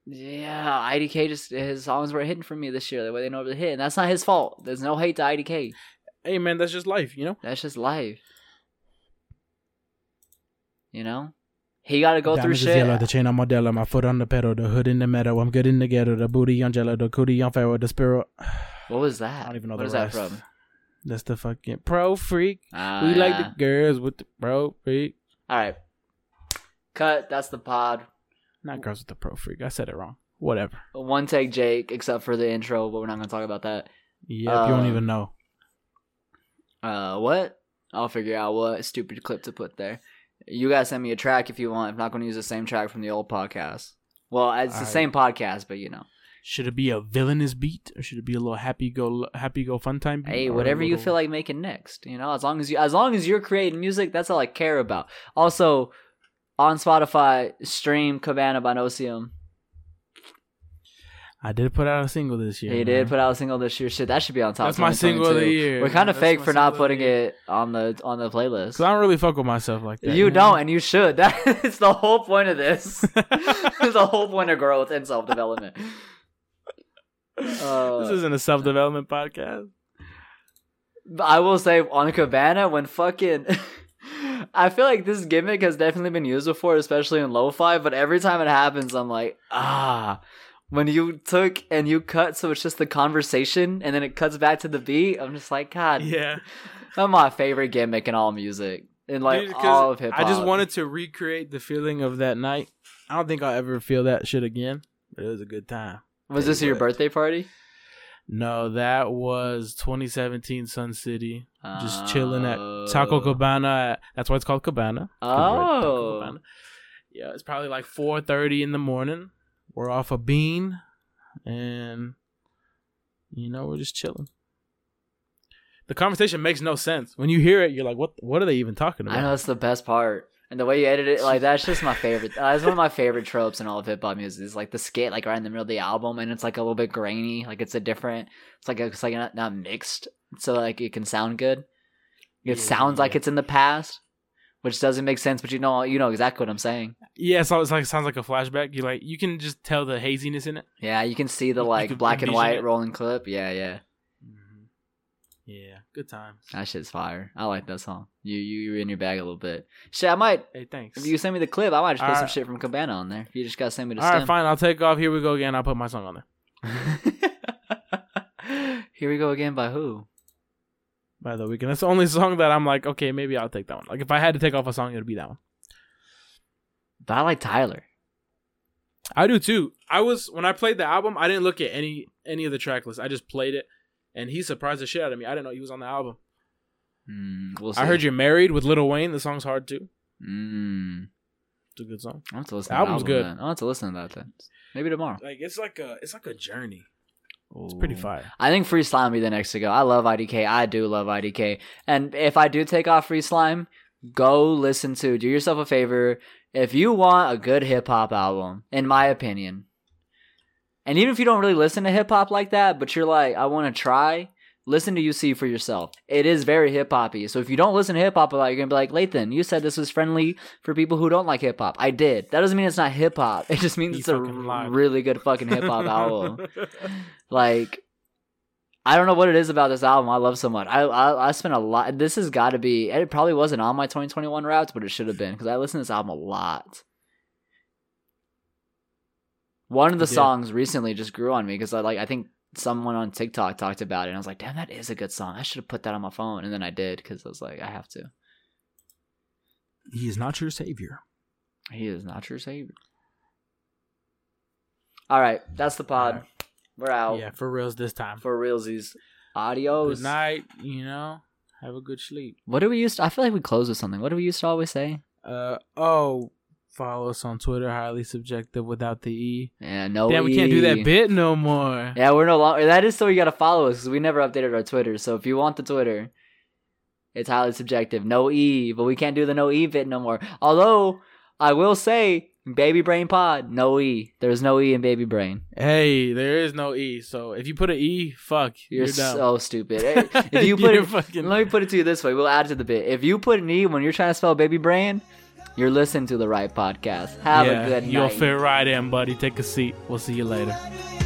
yeah, IDK just his songs were hitting for me this year. The way they know they hit, and that's not his fault. There's no hate to IDK.
Hey man, that's just life, you know?
That's just life. You know? He gotta go through shit.
yellow, the chain on Modelo, my foot on the pedal, the hood in the meadow, I'm good in the ghetto, the booty on jello, the cootie on Pharaoh, the spirit.
What was that?
I don't even know
What
the
is
rest.
that from?
That's the fucking pro freak.
Ah,
we like
yeah.
the girls with the pro freak.
All right. Cut. That's the pod.
Not girls with the pro freak. I said it wrong. Whatever.
One take Jake, except for the intro, but we're not gonna talk about that.
Yeah, you don't
Um,
even know.
Uh, what? I'll figure out what stupid clip to put there. You guys send me a track if you want. I'm not going to use the same track from the old podcast. Well, it's the
Alright.
same podcast, but you know.
Should it be a villainous beat or should it be a little happy go happy go fun time? Beat
Hey,
or a
whatever you
little-
feel like making next, you know, as long as you as long as you're creating music, that's all I care about. Also, on Spotify, stream Cabana by Nosium.
I did put out a single this year.
he
man.
did put out a single this year. Shit, that should be on top.
That's my single of the
2022.
year.
We're kind of
That's
fake
my
for not
single of the
putting
year.
it on the on the playlist.
Cause I don't really fuck with myself like that.
you
know?
don't, and you should. That is the whole point of this. the whole point of growth and self development. Uh,
this isn't a self development podcast.
But I will say on Cabana when fucking I feel like this gimmick has definitely been used before, especially in lo-fi, but every time it happens I'm like, ah when you took and you cut so it's just the conversation and then it cuts back to the beat, I'm just like, God
Yeah,
that's my favorite gimmick in all music. In like
Dude, 'cause
all of hip hop.
I just wanted to recreate the feeling of that night. I don't think I'll ever feel that shit again, but it was a good time.
Was this your birthday party?
No, that was 2017 Sun City. Just chilling at
Oh.
Taco Cabana. At, that's why it's called Cabana. It's 'cause we're at Taco
Oh.
Cabana. Yeah, it's probably like 4:30 in the morning. We're off a bean, and you know we're just chilling. The conversation makes no sense when you hear it. You're like, what? What are they even talking about?
I know that's the best part. And the way you edit it, like that's just my favorite. Uh, it's one of my favorite tropes in all of hip hop music. Is like the skit, like right in the middle of the album, and it's like a little bit grainy. Like it's a different. It's like it's like not, not mixed, so like it can sound good. It
Yeah,
sounds like
yeah.
it's in the past, which doesn't make sense, but you know you know exactly what I'm saying.
Yeah, so it's like sounds like a flashback. You like you can just tell the haziness in it.
Yeah, you can see the
You
like
could
black and
envision
white
it.
rolling clip. Yeah, yeah, Mm-hmm.
Yeah, good times.
that shit's fire. I like that song. You you you're in your bag a little bit. Shit, I might.
Hey, thanks.
If you send me the clip, I might just put some
Alright.
shit from Cabana on there. You just gotta send me the
All right,
stem.
fine. I'll take off. Here we go again. I'll put my song on there
Here we go again by who?
by the weekend. That's the only song that I'm like, okay, maybe I'll take that one. Like if I had to take off a song, it would be that one.
But I like Tyler.
I do too. I was when I played the album, I didn't look at any any of the track list. I just played it, and he surprised the shit out of me. I didn't know he was on the album.
Mm, we'll
I heard you're married with Lil Wayne. The song's hard too.
Mm,
It's a good song.
I have to listen.
The
to that
album's
album,
good.
Then. I have to listen to that then. Maybe tomorrow.
Like it's like a it's like a journey. It's pretty fire.
I think Free Slime will be the next to go. I love IDK. I do love IDK. And if I do take off Free Slime, go listen to. Do yourself a favor. If you want a good hip hop album, in my opinion, and even if you don't really listen to hip hop like that, but you're like, I want to try, listen to UC for yourself. It is very hip hoppy. So if you don't listen to hip hop a lot, you're gonna be like, Lathan, you said this was friendly for people who don't like hip hop. I did. That doesn't mean it's not hip hop. It just means
You
it's a
fucking lied.
really good fucking hip hop album like I don't know what it is about this album. I love so much. I I, I spent a lot. This has got to be. It probably wasn't on my 2021 routes, but it should have been because I listened to this album a lot. One of the
You did.
songs recently just grew on me because I like. I think someone on TikTok talked about it, and I was like, "Damn, that is a good song. I should have put that on my phone." And then I did because I was like, "I have to."
he is not your savior.
He is not your savior. All right, that's the pod.
All right.
We're out
Yeah, for reals this time.
for realsies.
Good
Adios.
night. You know, have a good sleep.
What do we used to? I feel like we close with something. What do we used to always say?
Uh oh, follow us on Twitter. Highly subjective without the e.
Yeah, no.
Damn, we can't do
E.
that bit no more.
Yeah, we're no longer. That is so you got to follow us because we never updated our Twitter. So if you want the Twitter, it's highly subjective. No E, but we can't do the no E bit no more. Although I will say, Baby Brain Pod, no E. There's no E in Baby Brain.
Hey, there is no e. So if you put an e, fuck,
You're,
you're, done.
so stupid. If you put
You're
it,
fucking-
let me put it to you this way. We'll add to the bit. If you put an E when you're trying to spell Baby Brain, you're listening to the right podcast. Have
yeah,
a good night.
you'll fit right in, buddy. Take a seat. We'll see you later.
Later.